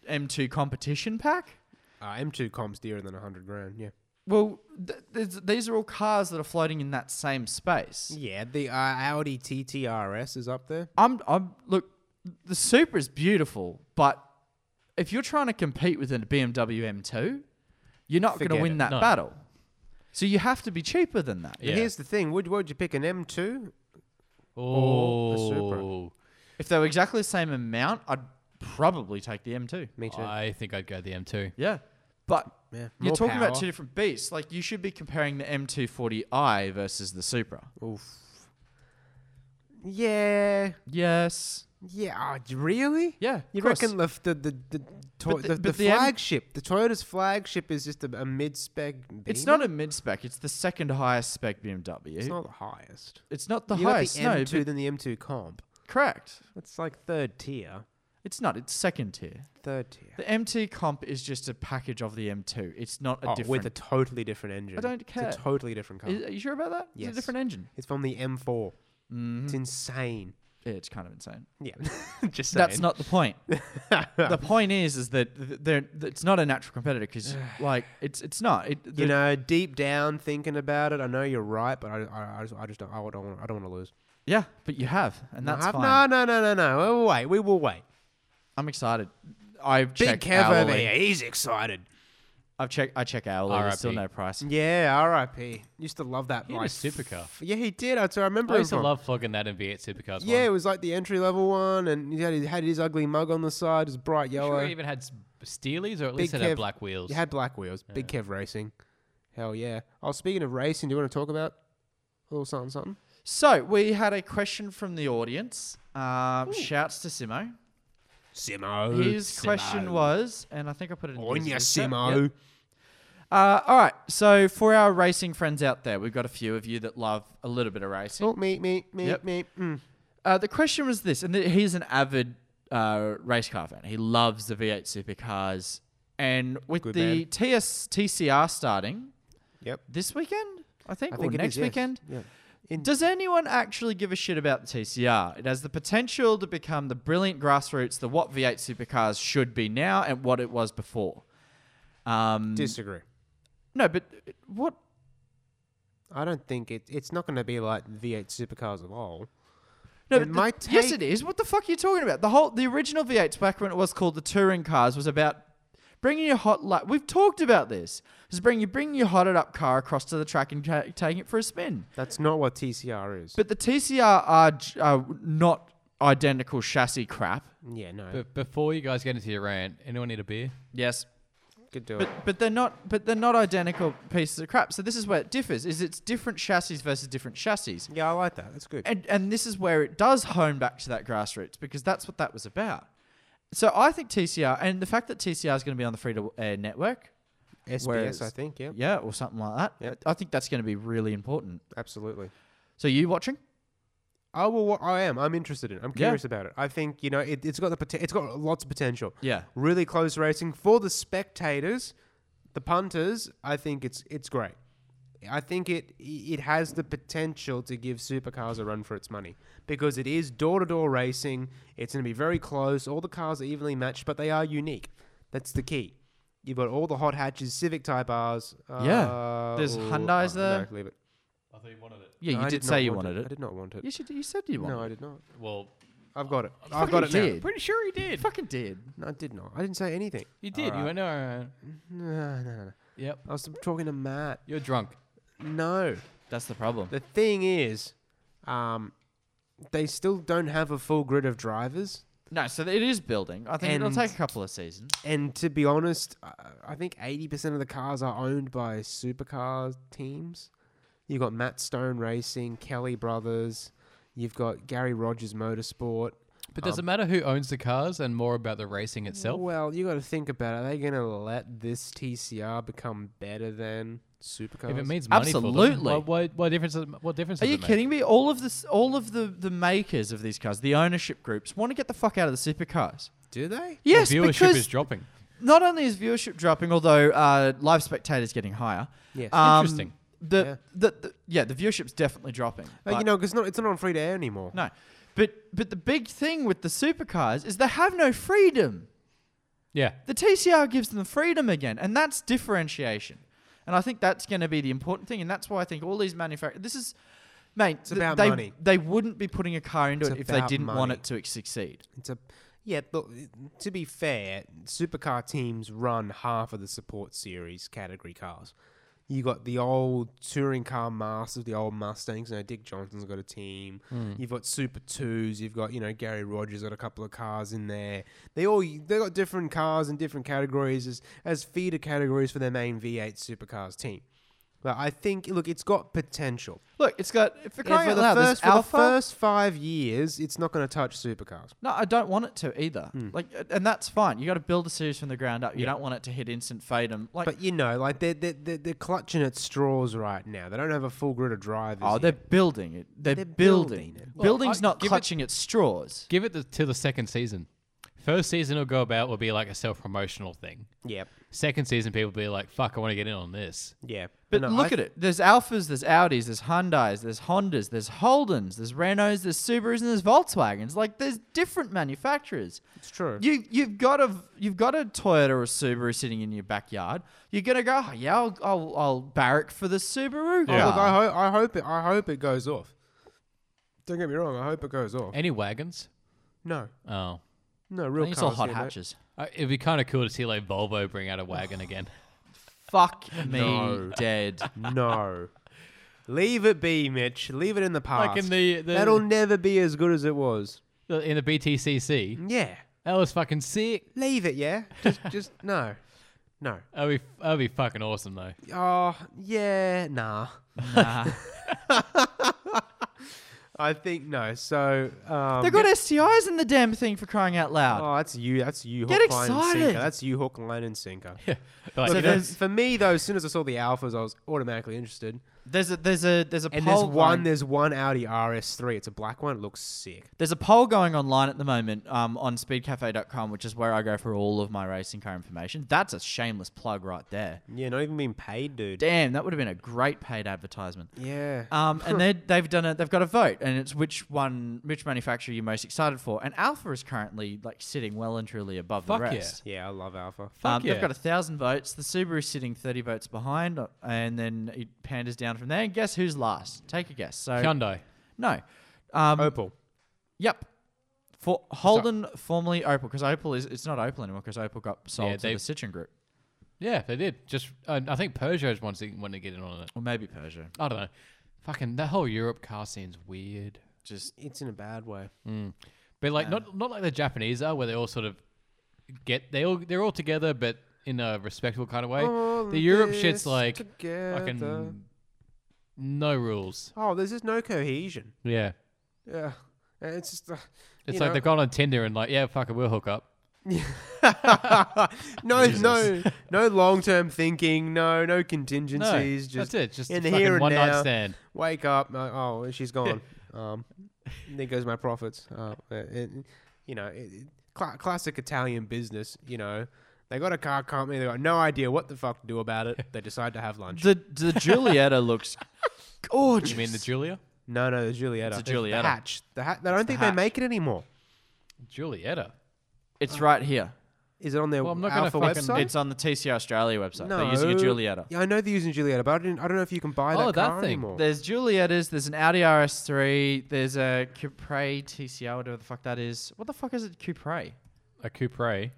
Speaker 3: M2 competition pack.
Speaker 2: Uh, M2 comps dearer than 100 grand, yeah.
Speaker 3: Well, th- th- these are all cars that are floating in that same space.
Speaker 2: Yeah, the uh, Audi TTRS is up there.
Speaker 3: I'm I'm look, the Super is beautiful, but if you're trying to compete with a BMW M2, you're not going to
Speaker 2: Forget
Speaker 3: win
Speaker 2: it.
Speaker 3: that
Speaker 4: No.
Speaker 3: battle. So you have to be cheaper than that.
Speaker 4: Yeah.
Speaker 2: Here's the thing: would would you pick an M2?
Speaker 4: Oh,
Speaker 2: Or a Supra.
Speaker 3: If they were exactly the same amount, I'd probably take the M2.
Speaker 2: Me too.
Speaker 4: I think I'd go the M2.
Speaker 3: Yeah. But
Speaker 2: Yeah,
Speaker 3: you're
Speaker 2: more
Speaker 3: talking about
Speaker 2: power.
Speaker 3: two different beasts. Like you should be comparing the M240i versus the Supra.
Speaker 2: yeah,
Speaker 3: Yes.
Speaker 2: yeah. oh, d- really?
Speaker 3: Yeah.
Speaker 2: You
Speaker 3: of course.
Speaker 2: reckon the f- the the the, to-
Speaker 3: But the-
Speaker 2: the, the,
Speaker 3: but the M-
Speaker 2: flagship, the Toyota's flagship, is just a, a mid-spec.
Speaker 3: it's
Speaker 2: Beamer?
Speaker 3: not a mid spec, it's the second highest spec BMW.
Speaker 2: It's not the highest.
Speaker 3: It's not the
Speaker 2: you
Speaker 3: highest.
Speaker 2: got the M2
Speaker 3: no,
Speaker 2: than the M2 comp.
Speaker 3: but correct.
Speaker 2: It's like third tier.
Speaker 3: It's not. It's second tier.
Speaker 2: Third tier.
Speaker 3: The MT comp is just a package of the M2. It's not a
Speaker 2: Oh,
Speaker 3: different.
Speaker 2: with a totally different engine.
Speaker 3: don't care.
Speaker 2: It's a totally different car.
Speaker 3: Is- are you sure about that?
Speaker 2: Yes.
Speaker 3: It's a different engine.
Speaker 2: It's from the M4. It's insane.
Speaker 3: Mm-hmm. Yeah, it's kind of insane.
Speaker 2: Yeah, [LAUGHS] just saying.
Speaker 3: That's not
Speaker 2: [LAUGHS]
Speaker 3: the point. the point is, is that th- they're, th- it's not a natural
Speaker 2: [SIGHS]
Speaker 3: competitor because, like, it's it's not. It, the-
Speaker 2: you know, deep down thinking about it, I know you're right, but I, I, I just, I just don't, I don't, want, I don't want to lose.
Speaker 3: yeah, but you have, and that's
Speaker 2: I've-
Speaker 3: fine.
Speaker 2: No, no, no, no, no. We'll wait. We will wait.
Speaker 3: I'm excited. I've
Speaker 2: Big
Speaker 3: checked
Speaker 2: Kev over
Speaker 3: hourly.
Speaker 2: here. He's excited.
Speaker 3: I've checked. I check hourly. There's still
Speaker 4: RIP.
Speaker 3: no price.
Speaker 2: Yeah, R.I.P. Used to love that.
Speaker 4: He had a
Speaker 2: like,
Speaker 4: supercar.
Speaker 2: f- yeah, he did. I, so I remember.
Speaker 4: I
Speaker 2: him
Speaker 4: used to
Speaker 2: from-
Speaker 4: love flogging that in V8 supercars.
Speaker 2: Yeah, it
Speaker 4: one.
Speaker 2: was like the entry level one, and he had, his- had his ugly mug on the side, his bright
Speaker 4: I'm sure
Speaker 2: yellow.
Speaker 4: it even had s- Steelies or at
Speaker 2: Big
Speaker 4: least it had
Speaker 2: Kev-
Speaker 4: black wheels.
Speaker 2: It had black wheels. Big Kev Racing. Hell yeah. Oh, speaking of racing, do you want to talk about a little something, something?
Speaker 3: So we had a question from the audience. Um, shouts to Simo.
Speaker 2: Simo.
Speaker 3: His question
Speaker 2: Simo.
Speaker 3: was, and I think I put it in.
Speaker 2: On
Speaker 3: his
Speaker 2: ya,
Speaker 3: list.
Speaker 2: Simo.
Speaker 3: Yep. Uh, all right. So for our racing friends out there, we've got a few of you that love a little bit of racing.
Speaker 2: Oh, me, me, me,
Speaker 3: Yep.
Speaker 2: me. Mm.
Speaker 3: Uh, the question was this, and th- he's an avid uh, race car fan. He loves the V8 supercars, and with
Speaker 2: Good
Speaker 3: the
Speaker 2: man.
Speaker 3: TS TCR starting
Speaker 2: Yep.
Speaker 3: this weekend, I think,
Speaker 2: I
Speaker 3: or
Speaker 2: think it is,
Speaker 3: next
Speaker 2: yes.
Speaker 3: weekend.
Speaker 2: Yeah. In-
Speaker 3: Does anyone actually give a shit about the TCR? It has the potential to become the brilliant grassroots that what V8 supercars should be now and what it was before. Um,
Speaker 2: Disagree.
Speaker 3: no, but what?
Speaker 2: I don't think it, it's not going to be like V8 supercars of old.
Speaker 3: No,
Speaker 2: And
Speaker 3: but
Speaker 2: my
Speaker 3: the- yes,
Speaker 2: take-
Speaker 3: it is. What the fuck are you talking about? The whole the original V8s back when it was called the touring cars was about bringing your hot light. We've talked about this. Is bringing you bringing your hotted up car across to the track and ta- taking it for a spin.
Speaker 2: That's not what TCR is.
Speaker 3: But the TCR are, j- are not identical chassis crap.
Speaker 2: yeah, no.
Speaker 4: But before you guys get into your rant, anyone need a beer?
Speaker 3: Yes,
Speaker 2: could do it.
Speaker 3: But but they're not but they're not identical pieces of crap. So this is where it differs. Is it's different chassis versus different chassis.
Speaker 2: Yeah, I like that. That's good.
Speaker 3: And and this is where it does home back to that grassroots because that's what that was about. So I think TCR and the fact that TCR is going to be on the free to air network,
Speaker 2: SBS,
Speaker 3: whereas-
Speaker 2: I think. Yeah,
Speaker 3: yeah, or something like that.
Speaker 2: Yep.
Speaker 3: I think that's going to be really important.
Speaker 2: absolutely.
Speaker 3: So you watching?
Speaker 2: I will. wa- I am. I'm interested in. it. I'm
Speaker 3: Yeah.
Speaker 2: curious about it. I think you know it, it's got the poten- it's got lots of potential.
Speaker 3: Yeah.
Speaker 2: Really close racing for the spectators, the punters. I think it's it's great. I think it it has the potential to give supercars a run for its money because it is door to door racing. It's going to be very close. All the cars are evenly matched, but they are unique. That's the key. You've got all the hot hatches, Civic Type R's. Uh,
Speaker 3: Yeah. There's
Speaker 2: ooh,
Speaker 3: Hyundais
Speaker 2: uh, no,
Speaker 3: there.
Speaker 2: leave it.
Speaker 4: I thought you wanted it.
Speaker 3: Yeah, you
Speaker 2: I
Speaker 3: did,
Speaker 2: not
Speaker 3: say you
Speaker 2: want
Speaker 3: wanted it.
Speaker 2: I did not want it.
Speaker 3: You should. You said you wanted.
Speaker 2: no, I
Speaker 3: it.
Speaker 2: did not.
Speaker 4: Well,
Speaker 2: I've got it. I've got it
Speaker 3: fucking
Speaker 2: now.
Speaker 3: did.
Speaker 4: pretty sure he did.
Speaker 3: Fucking did.
Speaker 2: No, I did not. I didn't say anything.
Speaker 4: You did. You went, no, no, no.
Speaker 2: No, no, no, no.
Speaker 4: Yep.
Speaker 2: I was talking to Matt.
Speaker 4: You're drunk.
Speaker 2: No.
Speaker 3: That's the problem.
Speaker 2: The thing is, um, they still don't have a full grid of drivers.
Speaker 3: No, so it is building. I think it'll
Speaker 2: And-
Speaker 3: take a couple of seasons.
Speaker 2: And to be honest, I I think 80% of the cars are owned by supercar teams. You've got Matt Stone Racing, Kelly Brothers. You've got Gary Rogers Motorsport.
Speaker 4: But does it matter who owns the cars and more about the racing itself?
Speaker 2: Well, you got to think about it. Are they going to let this TCR become better than supercars?
Speaker 4: If it means money for them,
Speaker 3: Absolutely.
Speaker 4: what, what, what difference? Does, what difference?
Speaker 3: Are
Speaker 4: does
Speaker 3: you
Speaker 4: it make?
Speaker 3: kidding me? All of this, all of the the makers of these cars, the ownership groups, want to get the fuck out of the supercars.
Speaker 2: Do they?
Speaker 4: The
Speaker 3: Yes,
Speaker 4: viewership
Speaker 3: because
Speaker 4: is dropping.
Speaker 3: not only is viewership dropping, although uh, live spectators getting higher.
Speaker 2: Yes.
Speaker 4: Uh,
Speaker 3: um,
Speaker 4: Interesting.
Speaker 3: The,
Speaker 2: Yeah.
Speaker 3: The, the yeah, the viewership's definitely dropping.
Speaker 2: Uh, you
Speaker 3: but-
Speaker 2: know, because not, it's not on free to air anymore.
Speaker 3: no, but but the big thing with the supercars is they have no freedom.
Speaker 4: Yeah.
Speaker 3: The TCR gives them freedom again, and that's differentiation. And I think that's going to be the important thing, and that's why I think all these manufacturers. This is, mate, th-
Speaker 2: about
Speaker 3: they
Speaker 2: money.
Speaker 3: they wouldn't be putting a car into
Speaker 2: It's
Speaker 3: it if they
Speaker 2: about
Speaker 3: didn't want
Speaker 2: money.
Speaker 3: it to succeed.
Speaker 2: It's a yeah. Look, to be fair, supercar teams run half of the support series category cars. You got the old touring car masters, the old Mustangs. You know, Dick Johnson's got a team. You've got Super Twos. You've got you know Gary Rogers got a couple of cars in there. They all they got different cars in different categories as as feeder categories for their main V8 supercars team. But I think look, it's got potential.
Speaker 3: Look, it's got if for
Speaker 2: Yeah,
Speaker 3: crying
Speaker 2: for,
Speaker 3: out
Speaker 2: the
Speaker 3: loud, there's
Speaker 2: first, for the
Speaker 3: alpha.
Speaker 2: first five years, it's not going to touch supercars.
Speaker 3: No, I don't want it to either.
Speaker 2: Hmm.
Speaker 3: Like, uh, and that's fine. You got to build a series from the ground up. You don't want it to hit instant fatum. Like,
Speaker 2: But you know, like they're, they're, they're, they're clutching at straws right now. They don't have a full grid of drivers.
Speaker 3: oh, they're
Speaker 2: yet.
Speaker 3: building it. They're,
Speaker 2: They're
Speaker 3: building.
Speaker 2: building it.
Speaker 4: Well,
Speaker 3: Building's
Speaker 4: I-
Speaker 3: not
Speaker 4: give it-
Speaker 3: clutching at straws.
Speaker 4: Give it the, till the second season. First season will go about will be like a self promotional thing.
Speaker 2: Yep.
Speaker 4: Second season, people will be like, "Fuck, I want to get in on this."
Speaker 2: Yeah.
Speaker 3: But look at it. There's Alphas, there's Audis, there's Hyundais, there's Hondas, there's Holdens, there's Renaults, there's Subarus, and there's Volkswagens. Like, there's different manufacturers.
Speaker 2: It's true.
Speaker 3: You you've got a you've got a Toyota or Subaru sitting in your backyard. You're gonna go, oh, yeah, I'll, I'll I'll barrack for the Subaru.
Speaker 2: Oh, look,
Speaker 3: car."
Speaker 2: I, ho- I hope it. I hope it goes off. Don't get me wrong. I hope it goes off.
Speaker 4: Any wagons?
Speaker 2: No,
Speaker 4: Oh,
Speaker 2: no,
Speaker 3: I
Speaker 2: real
Speaker 3: think it's all
Speaker 2: cars
Speaker 3: hot
Speaker 2: here, mate.
Speaker 3: hatches.
Speaker 4: Uh, it'd be kind of cool to see like Volvo bring out
Speaker 2: [SIGHS]
Speaker 4: a wagon again.
Speaker 2: [LAUGHS]
Speaker 3: Fuck me
Speaker 2: No.
Speaker 3: dead.
Speaker 2: [LAUGHS] No. Leave it be, Mitch. Leave it in the past.
Speaker 4: Like in the, the
Speaker 2: That'll never be as good as it was.
Speaker 4: in the BTCC.
Speaker 2: Yeah.
Speaker 4: That was fucking sick.
Speaker 2: Leave it. Yeah. Just, just [LAUGHS] no. No.
Speaker 4: That'd be that'd be fucking awesome though.
Speaker 2: Oh, yeah. Nah.
Speaker 3: Nah.
Speaker 2: [LAUGHS] I think no. So um,
Speaker 3: They've got
Speaker 2: get-
Speaker 3: STIs in the damn thing for crying out loud.
Speaker 2: Oh, that's you. That's you.
Speaker 3: Get
Speaker 2: hook, line, and
Speaker 3: excited.
Speaker 2: sinker. That's you. Hook, line, and sinker.
Speaker 4: [LAUGHS] Like,
Speaker 2: Look,
Speaker 3: So there's-
Speaker 2: for me though, as soon as I saw the alphas, I was automatically interested.
Speaker 3: There's a there's a there's a
Speaker 2: And
Speaker 3: poll
Speaker 2: there's one.
Speaker 3: going-
Speaker 2: There's one Audi RS3. It's a black one. It looks sick.
Speaker 3: There's a poll going online at the moment um, on speedcafe.com, which is where I go for all of my racing car information. That's a shameless plug right there.
Speaker 2: Yeah, not even being paid, dude.
Speaker 3: Damn, that would have been a great paid advertisement.
Speaker 2: Yeah.
Speaker 3: Um, and they they've done a they've got a vote, and it's which one which manufacturer you're most excited for. And Alpha is currently like sitting well and truly above
Speaker 4: Fuck
Speaker 3: the
Speaker 4: yeah.
Speaker 3: rest.
Speaker 2: yeah, I love Alpha.
Speaker 4: Fuck
Speaker 3: um,
Speaker 4: yeah.
Speaker 3: They've got a thousand votes. The Subaru is sitting thirty votes behind, uh, and then it panders down from there. And guess who's last? Take a guess. So
Speaker 4: Hyundai.
Speaker 3: no, um,
Speaker 2: Opal.
Speaker 3: Yep. For Holden, formerly Opel, because Opel is it's not Opel anymore because Opel got sold
Speaker 4: Yeah,
Speaker 3: to
Speaker 4: they-
Speaker 3: the Citroen Group
Speaker 4: Yeah, they did. Just uh, I think Peugeot's ones that want to get in on it.
Speaker 3: or maybe Peugeot.
Speaker 4: I don't know. Fucking that whole Europe car scene's weird.
Speaker 3: Just
Speaker 2: It's in a bad way.
Speaker 4: But like not not like the Japanese are where they all sort of get they all they're all together but in a respectful kind of way.
Speaker 2: All
Speaker 4: the Europe
Speaker 2: this
Speaker 4: shit's like
Speaker 2: together.
Speaker 4: fucking no rules.
Speaker 2: Oh, there's just no cohesion.
Speaker 4: Yeah.
Speaker 2: Yeah. And It's just. Uh,
Speaker 4: It's
Speaker 2: you
Speaker 4: like
Speaker 2: know.
Speaker 4: they've gone on Tinder and like, yeah, fuck it, we'll hook up.
Speaker 2: [LAUGHS] no, no, no long-term thinking. No, no contingencies.
Speaker 4: no,
Speaker 2: just
Speaker 4: that's it. Just
Speaker 2: in
Speaker 4: a
Speaker 2: the
Speaker 4: fucking
Speaker 2: here and
Speaker 4: one night
Speaker 2: now.
Speaker 4: stand.
Speaker 2: Wake up. uh, Oh, she's gone. um, there goes my profits. Uh, and, you know, it, it- cla classic Italian business. You know, they got a car company. They got no idea what the fuck to do about it. They decide to have lunch.
Speaker 3: the the Giulietta looks gorgeous.
Speaker 4: You mean the Julia?
Speaker 2: no, no, the Giulietta.
Speaker 3: It's a
Speaker 2: The-
Speaker 3: Giulietta.
Speaker 2: The hatch. The ha- I don't think
Speaker 3: hatch.
Speaker 2: they make it anymore.
Speaker 4: Julietta.
Speaker 2: Oh.
Speaker 3: it's right here.
Speaker 2: Is it on their
Speaker 4: Well, I'm not gonna
Speaker 2: Alpha
Speaker 4: fucking-
Speaker 2: website?
Speaker 3: It's on the TCR Australia website.
Speaker 2: no.
Speaker 3: They're using a Giulietta.
Speaker 2: Yeah, I know they're using Giulietta, but I, didn't, I don't know if you can buy that
Speaker 4: Oh, that
Speaker 2: car
Speaker 4: thing.
Speaker 2: anymore.
Speaker 3: There's Giuliettas. There's an Audi RS3. There's a Cupre TCR, whatever the fuck that is. What the fuck is it? Cupre.
Speaker 4: A Cupra.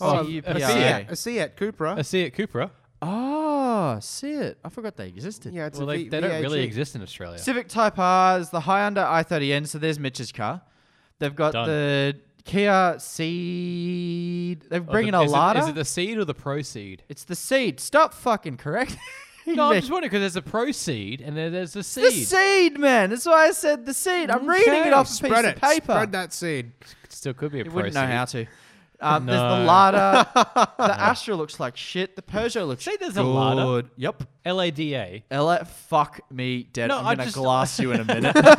Speaker 2: oh,
Speaker 3: C U P
Speaker 2: a
Speaker 3: R A.
Speaker 2: Seat, a Seat Cupra.
Speaker 4: A Seat Cupra.
Speaker 3: Oh, see it. I forgot they existed.
Speaker 2: yeah, it's
Speaker 4: well,
Speaker 2: a
Speaker 4: they,
Speaker 2: V-
Speaker 4: they don't really
Speaker 2: VAG.
Speaker 4: exist in Australia.
Speaker 3: Civic Type R is the Hyundai i30N. So there's Mitch's car. They've got
Speaker 4: Done.
Speaker 3: the Kia Ceed. They're
Speaker 4: Oh,
Speaker 3: bringing
Speaker 4: the,
Speaker 3: a
Speaker 4: is
Speaker 3: Lada.
Speaker 4: It, is it the seed or the proceed?
Speaker 3: it's the Seed. Stop fucking correct.
Speaker 4: [LAUGHS] No, I'm just wondering because there's a proceed and then there's the seed.
Speaker 3: the Seed, man. That's why I said the Seed. I'm reading it
Speaker 2: Okay,
Speaker 3: off a
Speaker 2: spread
Speaker 3: piece
Speaker 2: it.
Speaker 3: of paper.
Speaker 2: Spread that seed.
Speaker 4: Still could be a
Speaker 3: You
Speaker 4: proceed.
Speaker 3: wouldn't know how to. Um, There's
Speaker 4: No.
Speaker 3: the
Speaker 4: [LAUGHS]
Speaker 3: Lada. the Astra looks like shit. The Peugeot looks.
Speaker 4: Say there's
Speaker 3: good.
Speaker 4: a Lada.
Speaker 3: Yep.
Speaker 4: LADA.
Speaker 3: Ella, fuck me dead.
Speaker 4: No,
Speaker 3: I'm
Speaker 4: I
Speaker 3: gonna
Speaker 4: just-
Speaker 3: glass you in
Speaker 4: [LAUGHS]
Speaker 3: a minute. [LAUGHS]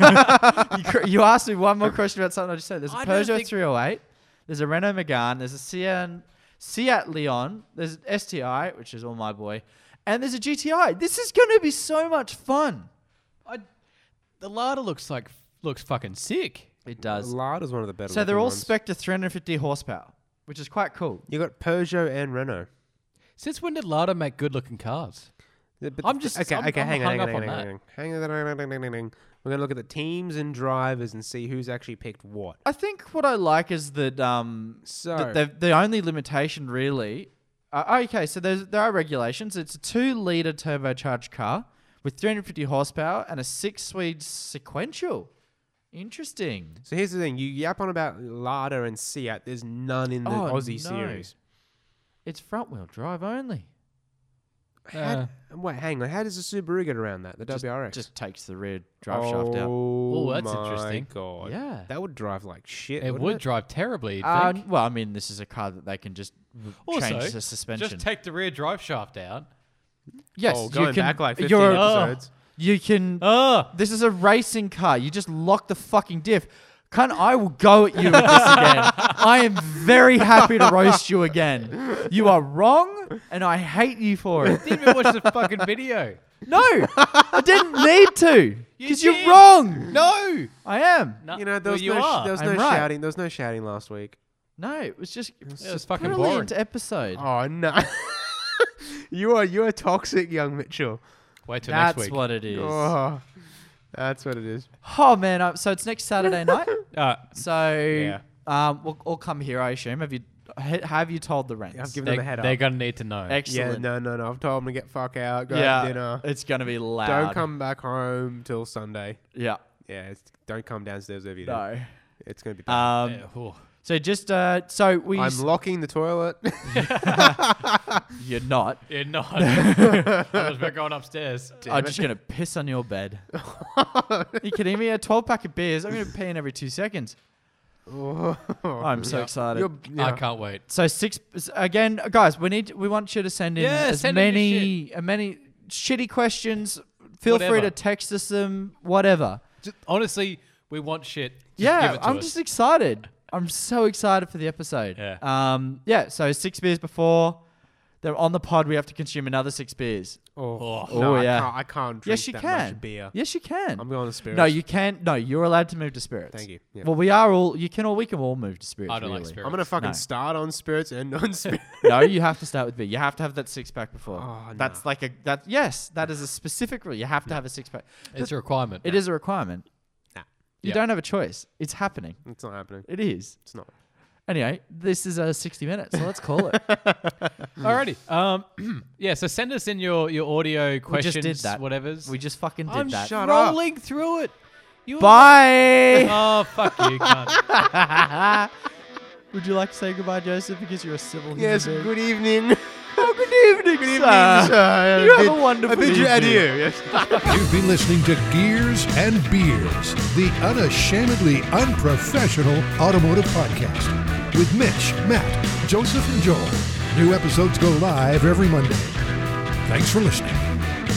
Speaker 3: you, cr- you asked me one more question about something I just said. There's a
Speaker 4: I don't
Speaker 3: Peugeot
Speaker 4: think-
Speaker 3: 308. There's a Renault Megane. There's a Seat, Seat Leon. There's an STI, which is all my boy, and there's a GTI. This is gonna be so much fun.
Speaker 4: I, the Lada looks like looks fucking sick.
Speaker 3: It does.
Speaker 2: Lada's one of the better.
Speaker 3: So they're
Speaker 2: looking
Speaker 3: all
Speaker 2: ones.
Speaker 3: spec to 350 horsepower, which is quite cool.
Speaker 2: You got Peugeot and Renault.
Speaker 4: Since when did Lada make good looking cars?
Speaker 2: Yeah, but
Speaker 4: I'm
Speaker 2: th-
Speaker 4: just-
Speaker 2: okay.
Speaker 4: I'm-
Speaker 2: okay,
Speaker 4: I'm
Speaker 2: hang on, hang
Speaker 4: hung
Speaker 2: on,
Speaker 4: up
Speaker 2: hang on,
Speaker 4: on
Speaker 2: hang on, hang on, hang on, hang on, hang on, hang on. We're gonna look at the teams and drivers and see who's actually picked what.
Speaker 3: I think what I like is that um,
Speaker 2: So-
Speaker 3: that the, the only limitation really. Uh, okay, so there's, there are regulations. It's a two litre turbocharged car with 350 horsepower and a six speed sequential. Interesting.
Speaker 2: So here's the thing: you yap on about Lada and Seat. There's none in the
Speaker 3: Oh,
Speaker 2: Aussie
Speaker 3: no.
Speaker 2: series.
Speaker 3: It's front wheel drive only.
Speaker 2: How-
Speaker 4: Uh.
Speaker 2: wait, hang on. How does the Subaru get around that? The WRX
Speaker 3: Just takes the rear drive
Speaker 2: oh,
Speaker 3: shaft out.
Speaker 4: that's
Speaker 2: my
Speaker 4: interesting.
Speaker 2: God,
Speaker 3: Yeah.
Speaker 2: that would drive like shit.
Speaker 4: It
Speaker 2: wouldn't
Speaker 4: would
Speaker 2: It?
Speaker 4: drive terribly. you'd
Speaker 3: Uh,
Speaker 4: think.
Speaker 3: well, I mean, this is a car that they can just w-
Speaker 4: also,
Speaker 3: change the suspension.
Speaker 4: just take the rear drive shaft out.
Speaker 3: yes,
Speaker 2: Oh, going
Speaker 3: you can,
Speaker 2: back like 15
Speaker 3: you're-
Speaker 2: episodes.
Speaker 3: You can
Speaker 4: Oh,
Speaker 3: This is a racing car. You just lock the fucking diff. Cunt, I will go at you with this again. I am very happy to roast you again. You are wrong, and I hate you for it.
Speaker 4: didn't even watch the fucking video.
Speaker 3: No, I didn't need to.
Speaker 4: You
Speaker 3: Because you
Speaker 4: did.
Speaker 3: are wrong.
Speaker 4: No,
Speaker 3: I am.
Speaker 4: no
Speaker 2: You know, there
Speaker 4: well,
Speaker 2: was
Speaker 4: you
Speaker 2: no, sh-
Speaker 4: are.
Speaker 2: there was
Speaker 3: I'm
Speaker 2: no
Speaker 3: right.
Speaker 2: shouting. There was no shouting last week.
Speaker 3: No, it was just it
Speaker 4: was fucking
Speaker 3: brilliant
Speaker 4: boring.
Speaker 3: episode.
Speaker 2: Oh no. [LAUGHS] you are you are toxic, young Mitchell.
Speaker 4: Wait till
Speaker 3: That's
Speaker 4: next week.
Speaker 3: what it is. Oh,
Speaker 2: Oh, that's what it is.
Speaker 3: man, I, so it's next
Speaker 4: [LAUGHS]
Speaker 3: Saturday night.
Speaker 4: Uh,
Speaker 3: So
Speaker 2: Yeah.
Speaker 3: um, we'll all come here, I assume. Have you ha- have you told the rents?
Speaker 2: I've given
Speaker 4: they,
Speaker 2: them a head
Speaker 4: they're
Speaker 2: up.
Speaker 4: gonna need to know.
Speaker 3: Excellent.
Speaker 2: Yeah, no, no, no. I've told them to get fuck out, go have dinner.
Speaker 3: It's gonna be loud.
Speaker 2: Don't come back home till Sunday.
Speaker 3: Yeah.
Speaker 2: Yeah, it's, don't come downstairs if you do.
Speaker 3: No.
Speaker 2: It's gonna be. bad.
Speaker 3: Um,
Speaker 4: Yeah, oh.
Speaker 3: So just uh, so we.
Speaker 2: I'm locking the [LAUGHS] toilet.
Speaker 3: you're not.
Speaker 4: Yeah, [LAUGHS] no. I was about going [LAUGHS] upstairs.
Speaker 3: I'm just gonna piss on your
Speaker 2: [LAUGHS]
Speaker 3: bed. you kidding me? A 12 pack of beers. I'm gonna pee in every two seconds.
Speaker 2: Oh.
Speaker 3: I'm so excited.
Speaker 2: You're-
Speaker 4: I
Speaker 2: yeah.
Speaker 4: can't wait.
Speaker 3: So six again, guys. We need we want you to send in
Speaker 4: Yeah,
Speaker 3: as
Speaker 4: send in your
Speaker 3: many as many shitty questions. Feel free
Speaker 4: Whatever.
Speaker 3: to text us them, whatever.
Speaker 4: Honestly, we want shit. Just give
Speaker 3: yeah,
Speaker 4: it to
Speaker 3: I'm
Speaker 4: us.
Speaker 3: just excited. I'm so excited for the episode.
Speaker 4: Yeah.
Speaker 3: Um. Yeah. So six beers before they're on the pod. We have to consume another six beers.
Speaker 2: Oh,
Speaker 3: Oh,
Speaker 2: no,
Speaker 3: yeah.
Speaker 2: I can't, I can't drink
Speaker 3: yes, you
Speaker 2: that
Speaker 3: can.
Speaker 2: much beer.
Speaker 3: Yes, you can.
Speaker 2: I'm going to spirits.
Speaker 3: No, you can't. No, you're allowed to move to spirits.
Speaker 2: Thank you. Yeah.
Speaker 3: Well, we are all. You can all. We can all move to spirits.
Speaker 4: I don't like
Speaker 3: really.
Speaker 4: spirits.
Speaker 2: I'm gonna fucking
Speaker 3: No.
Speaker 2: start on spirits and [LAUGHS] non spirits.
Speaker 3: no, you have to start with beer. You have to have that six pack before.
Speaker 2: Oh, no.
Speaker 3: That's like a that. Yes, that is a specific rule. You have to have a six pack.
Speaker 4: It's a requirement.
Speaker 3: It is a requirement.
Speaker 2: Nah.
Speaker 3: You
Speaker 4: Yeah.
Speaker 3: don't have a choice. It's happening.
Speaker 2: it's not happening.
Speaker 3: It is.
Speaker 2: It's not.
Speaker 3: Anyway, this is a 60 minutes, so let's call it.
Speaker 4: Alrighty. Um, [CLEARS THROAT] yeah. So send us in your your audio
Speaker 3: we
Speaker 4: questions,
Speaker 3: just did that.
Speaker 4: whatever's.
Speaker 3: We just fucking did
Speaker 4: I'm
Speaker 3: that.
Speaker 2: shut up.
Speaker 4: rolling through it. You
Speaker 3: Bye.
Speaker 4: [LAUGHS] Oh fuck you! cunt.
Speaker 3: [LAUGHS] Would you like to say goodbye, Joseph, because you're a civil
Speaker 2: Yes.
Speaker 3: human being?
Speaker 2: Good evening.
Speaker 3: Oh, good evening,
Speaker 2: Good
Speaker 3: sir.
Speaker 2: evening, sir.
Speaker 3: You
Speaker 2: I
Speaker 3: have
Speaker 2: bid-
Speaker 3: a wonderful
Speaker 2: I bid you
Speaker 3: evening.
Speaker 2: adieu. Yes.
Speaker 1: You've been listening to Gears and Beers, the unashamedly unprofessional automotive podcast with Mitch, Matt, Joseph, and Joel. New episodes go live every Monday. Thanks for listening.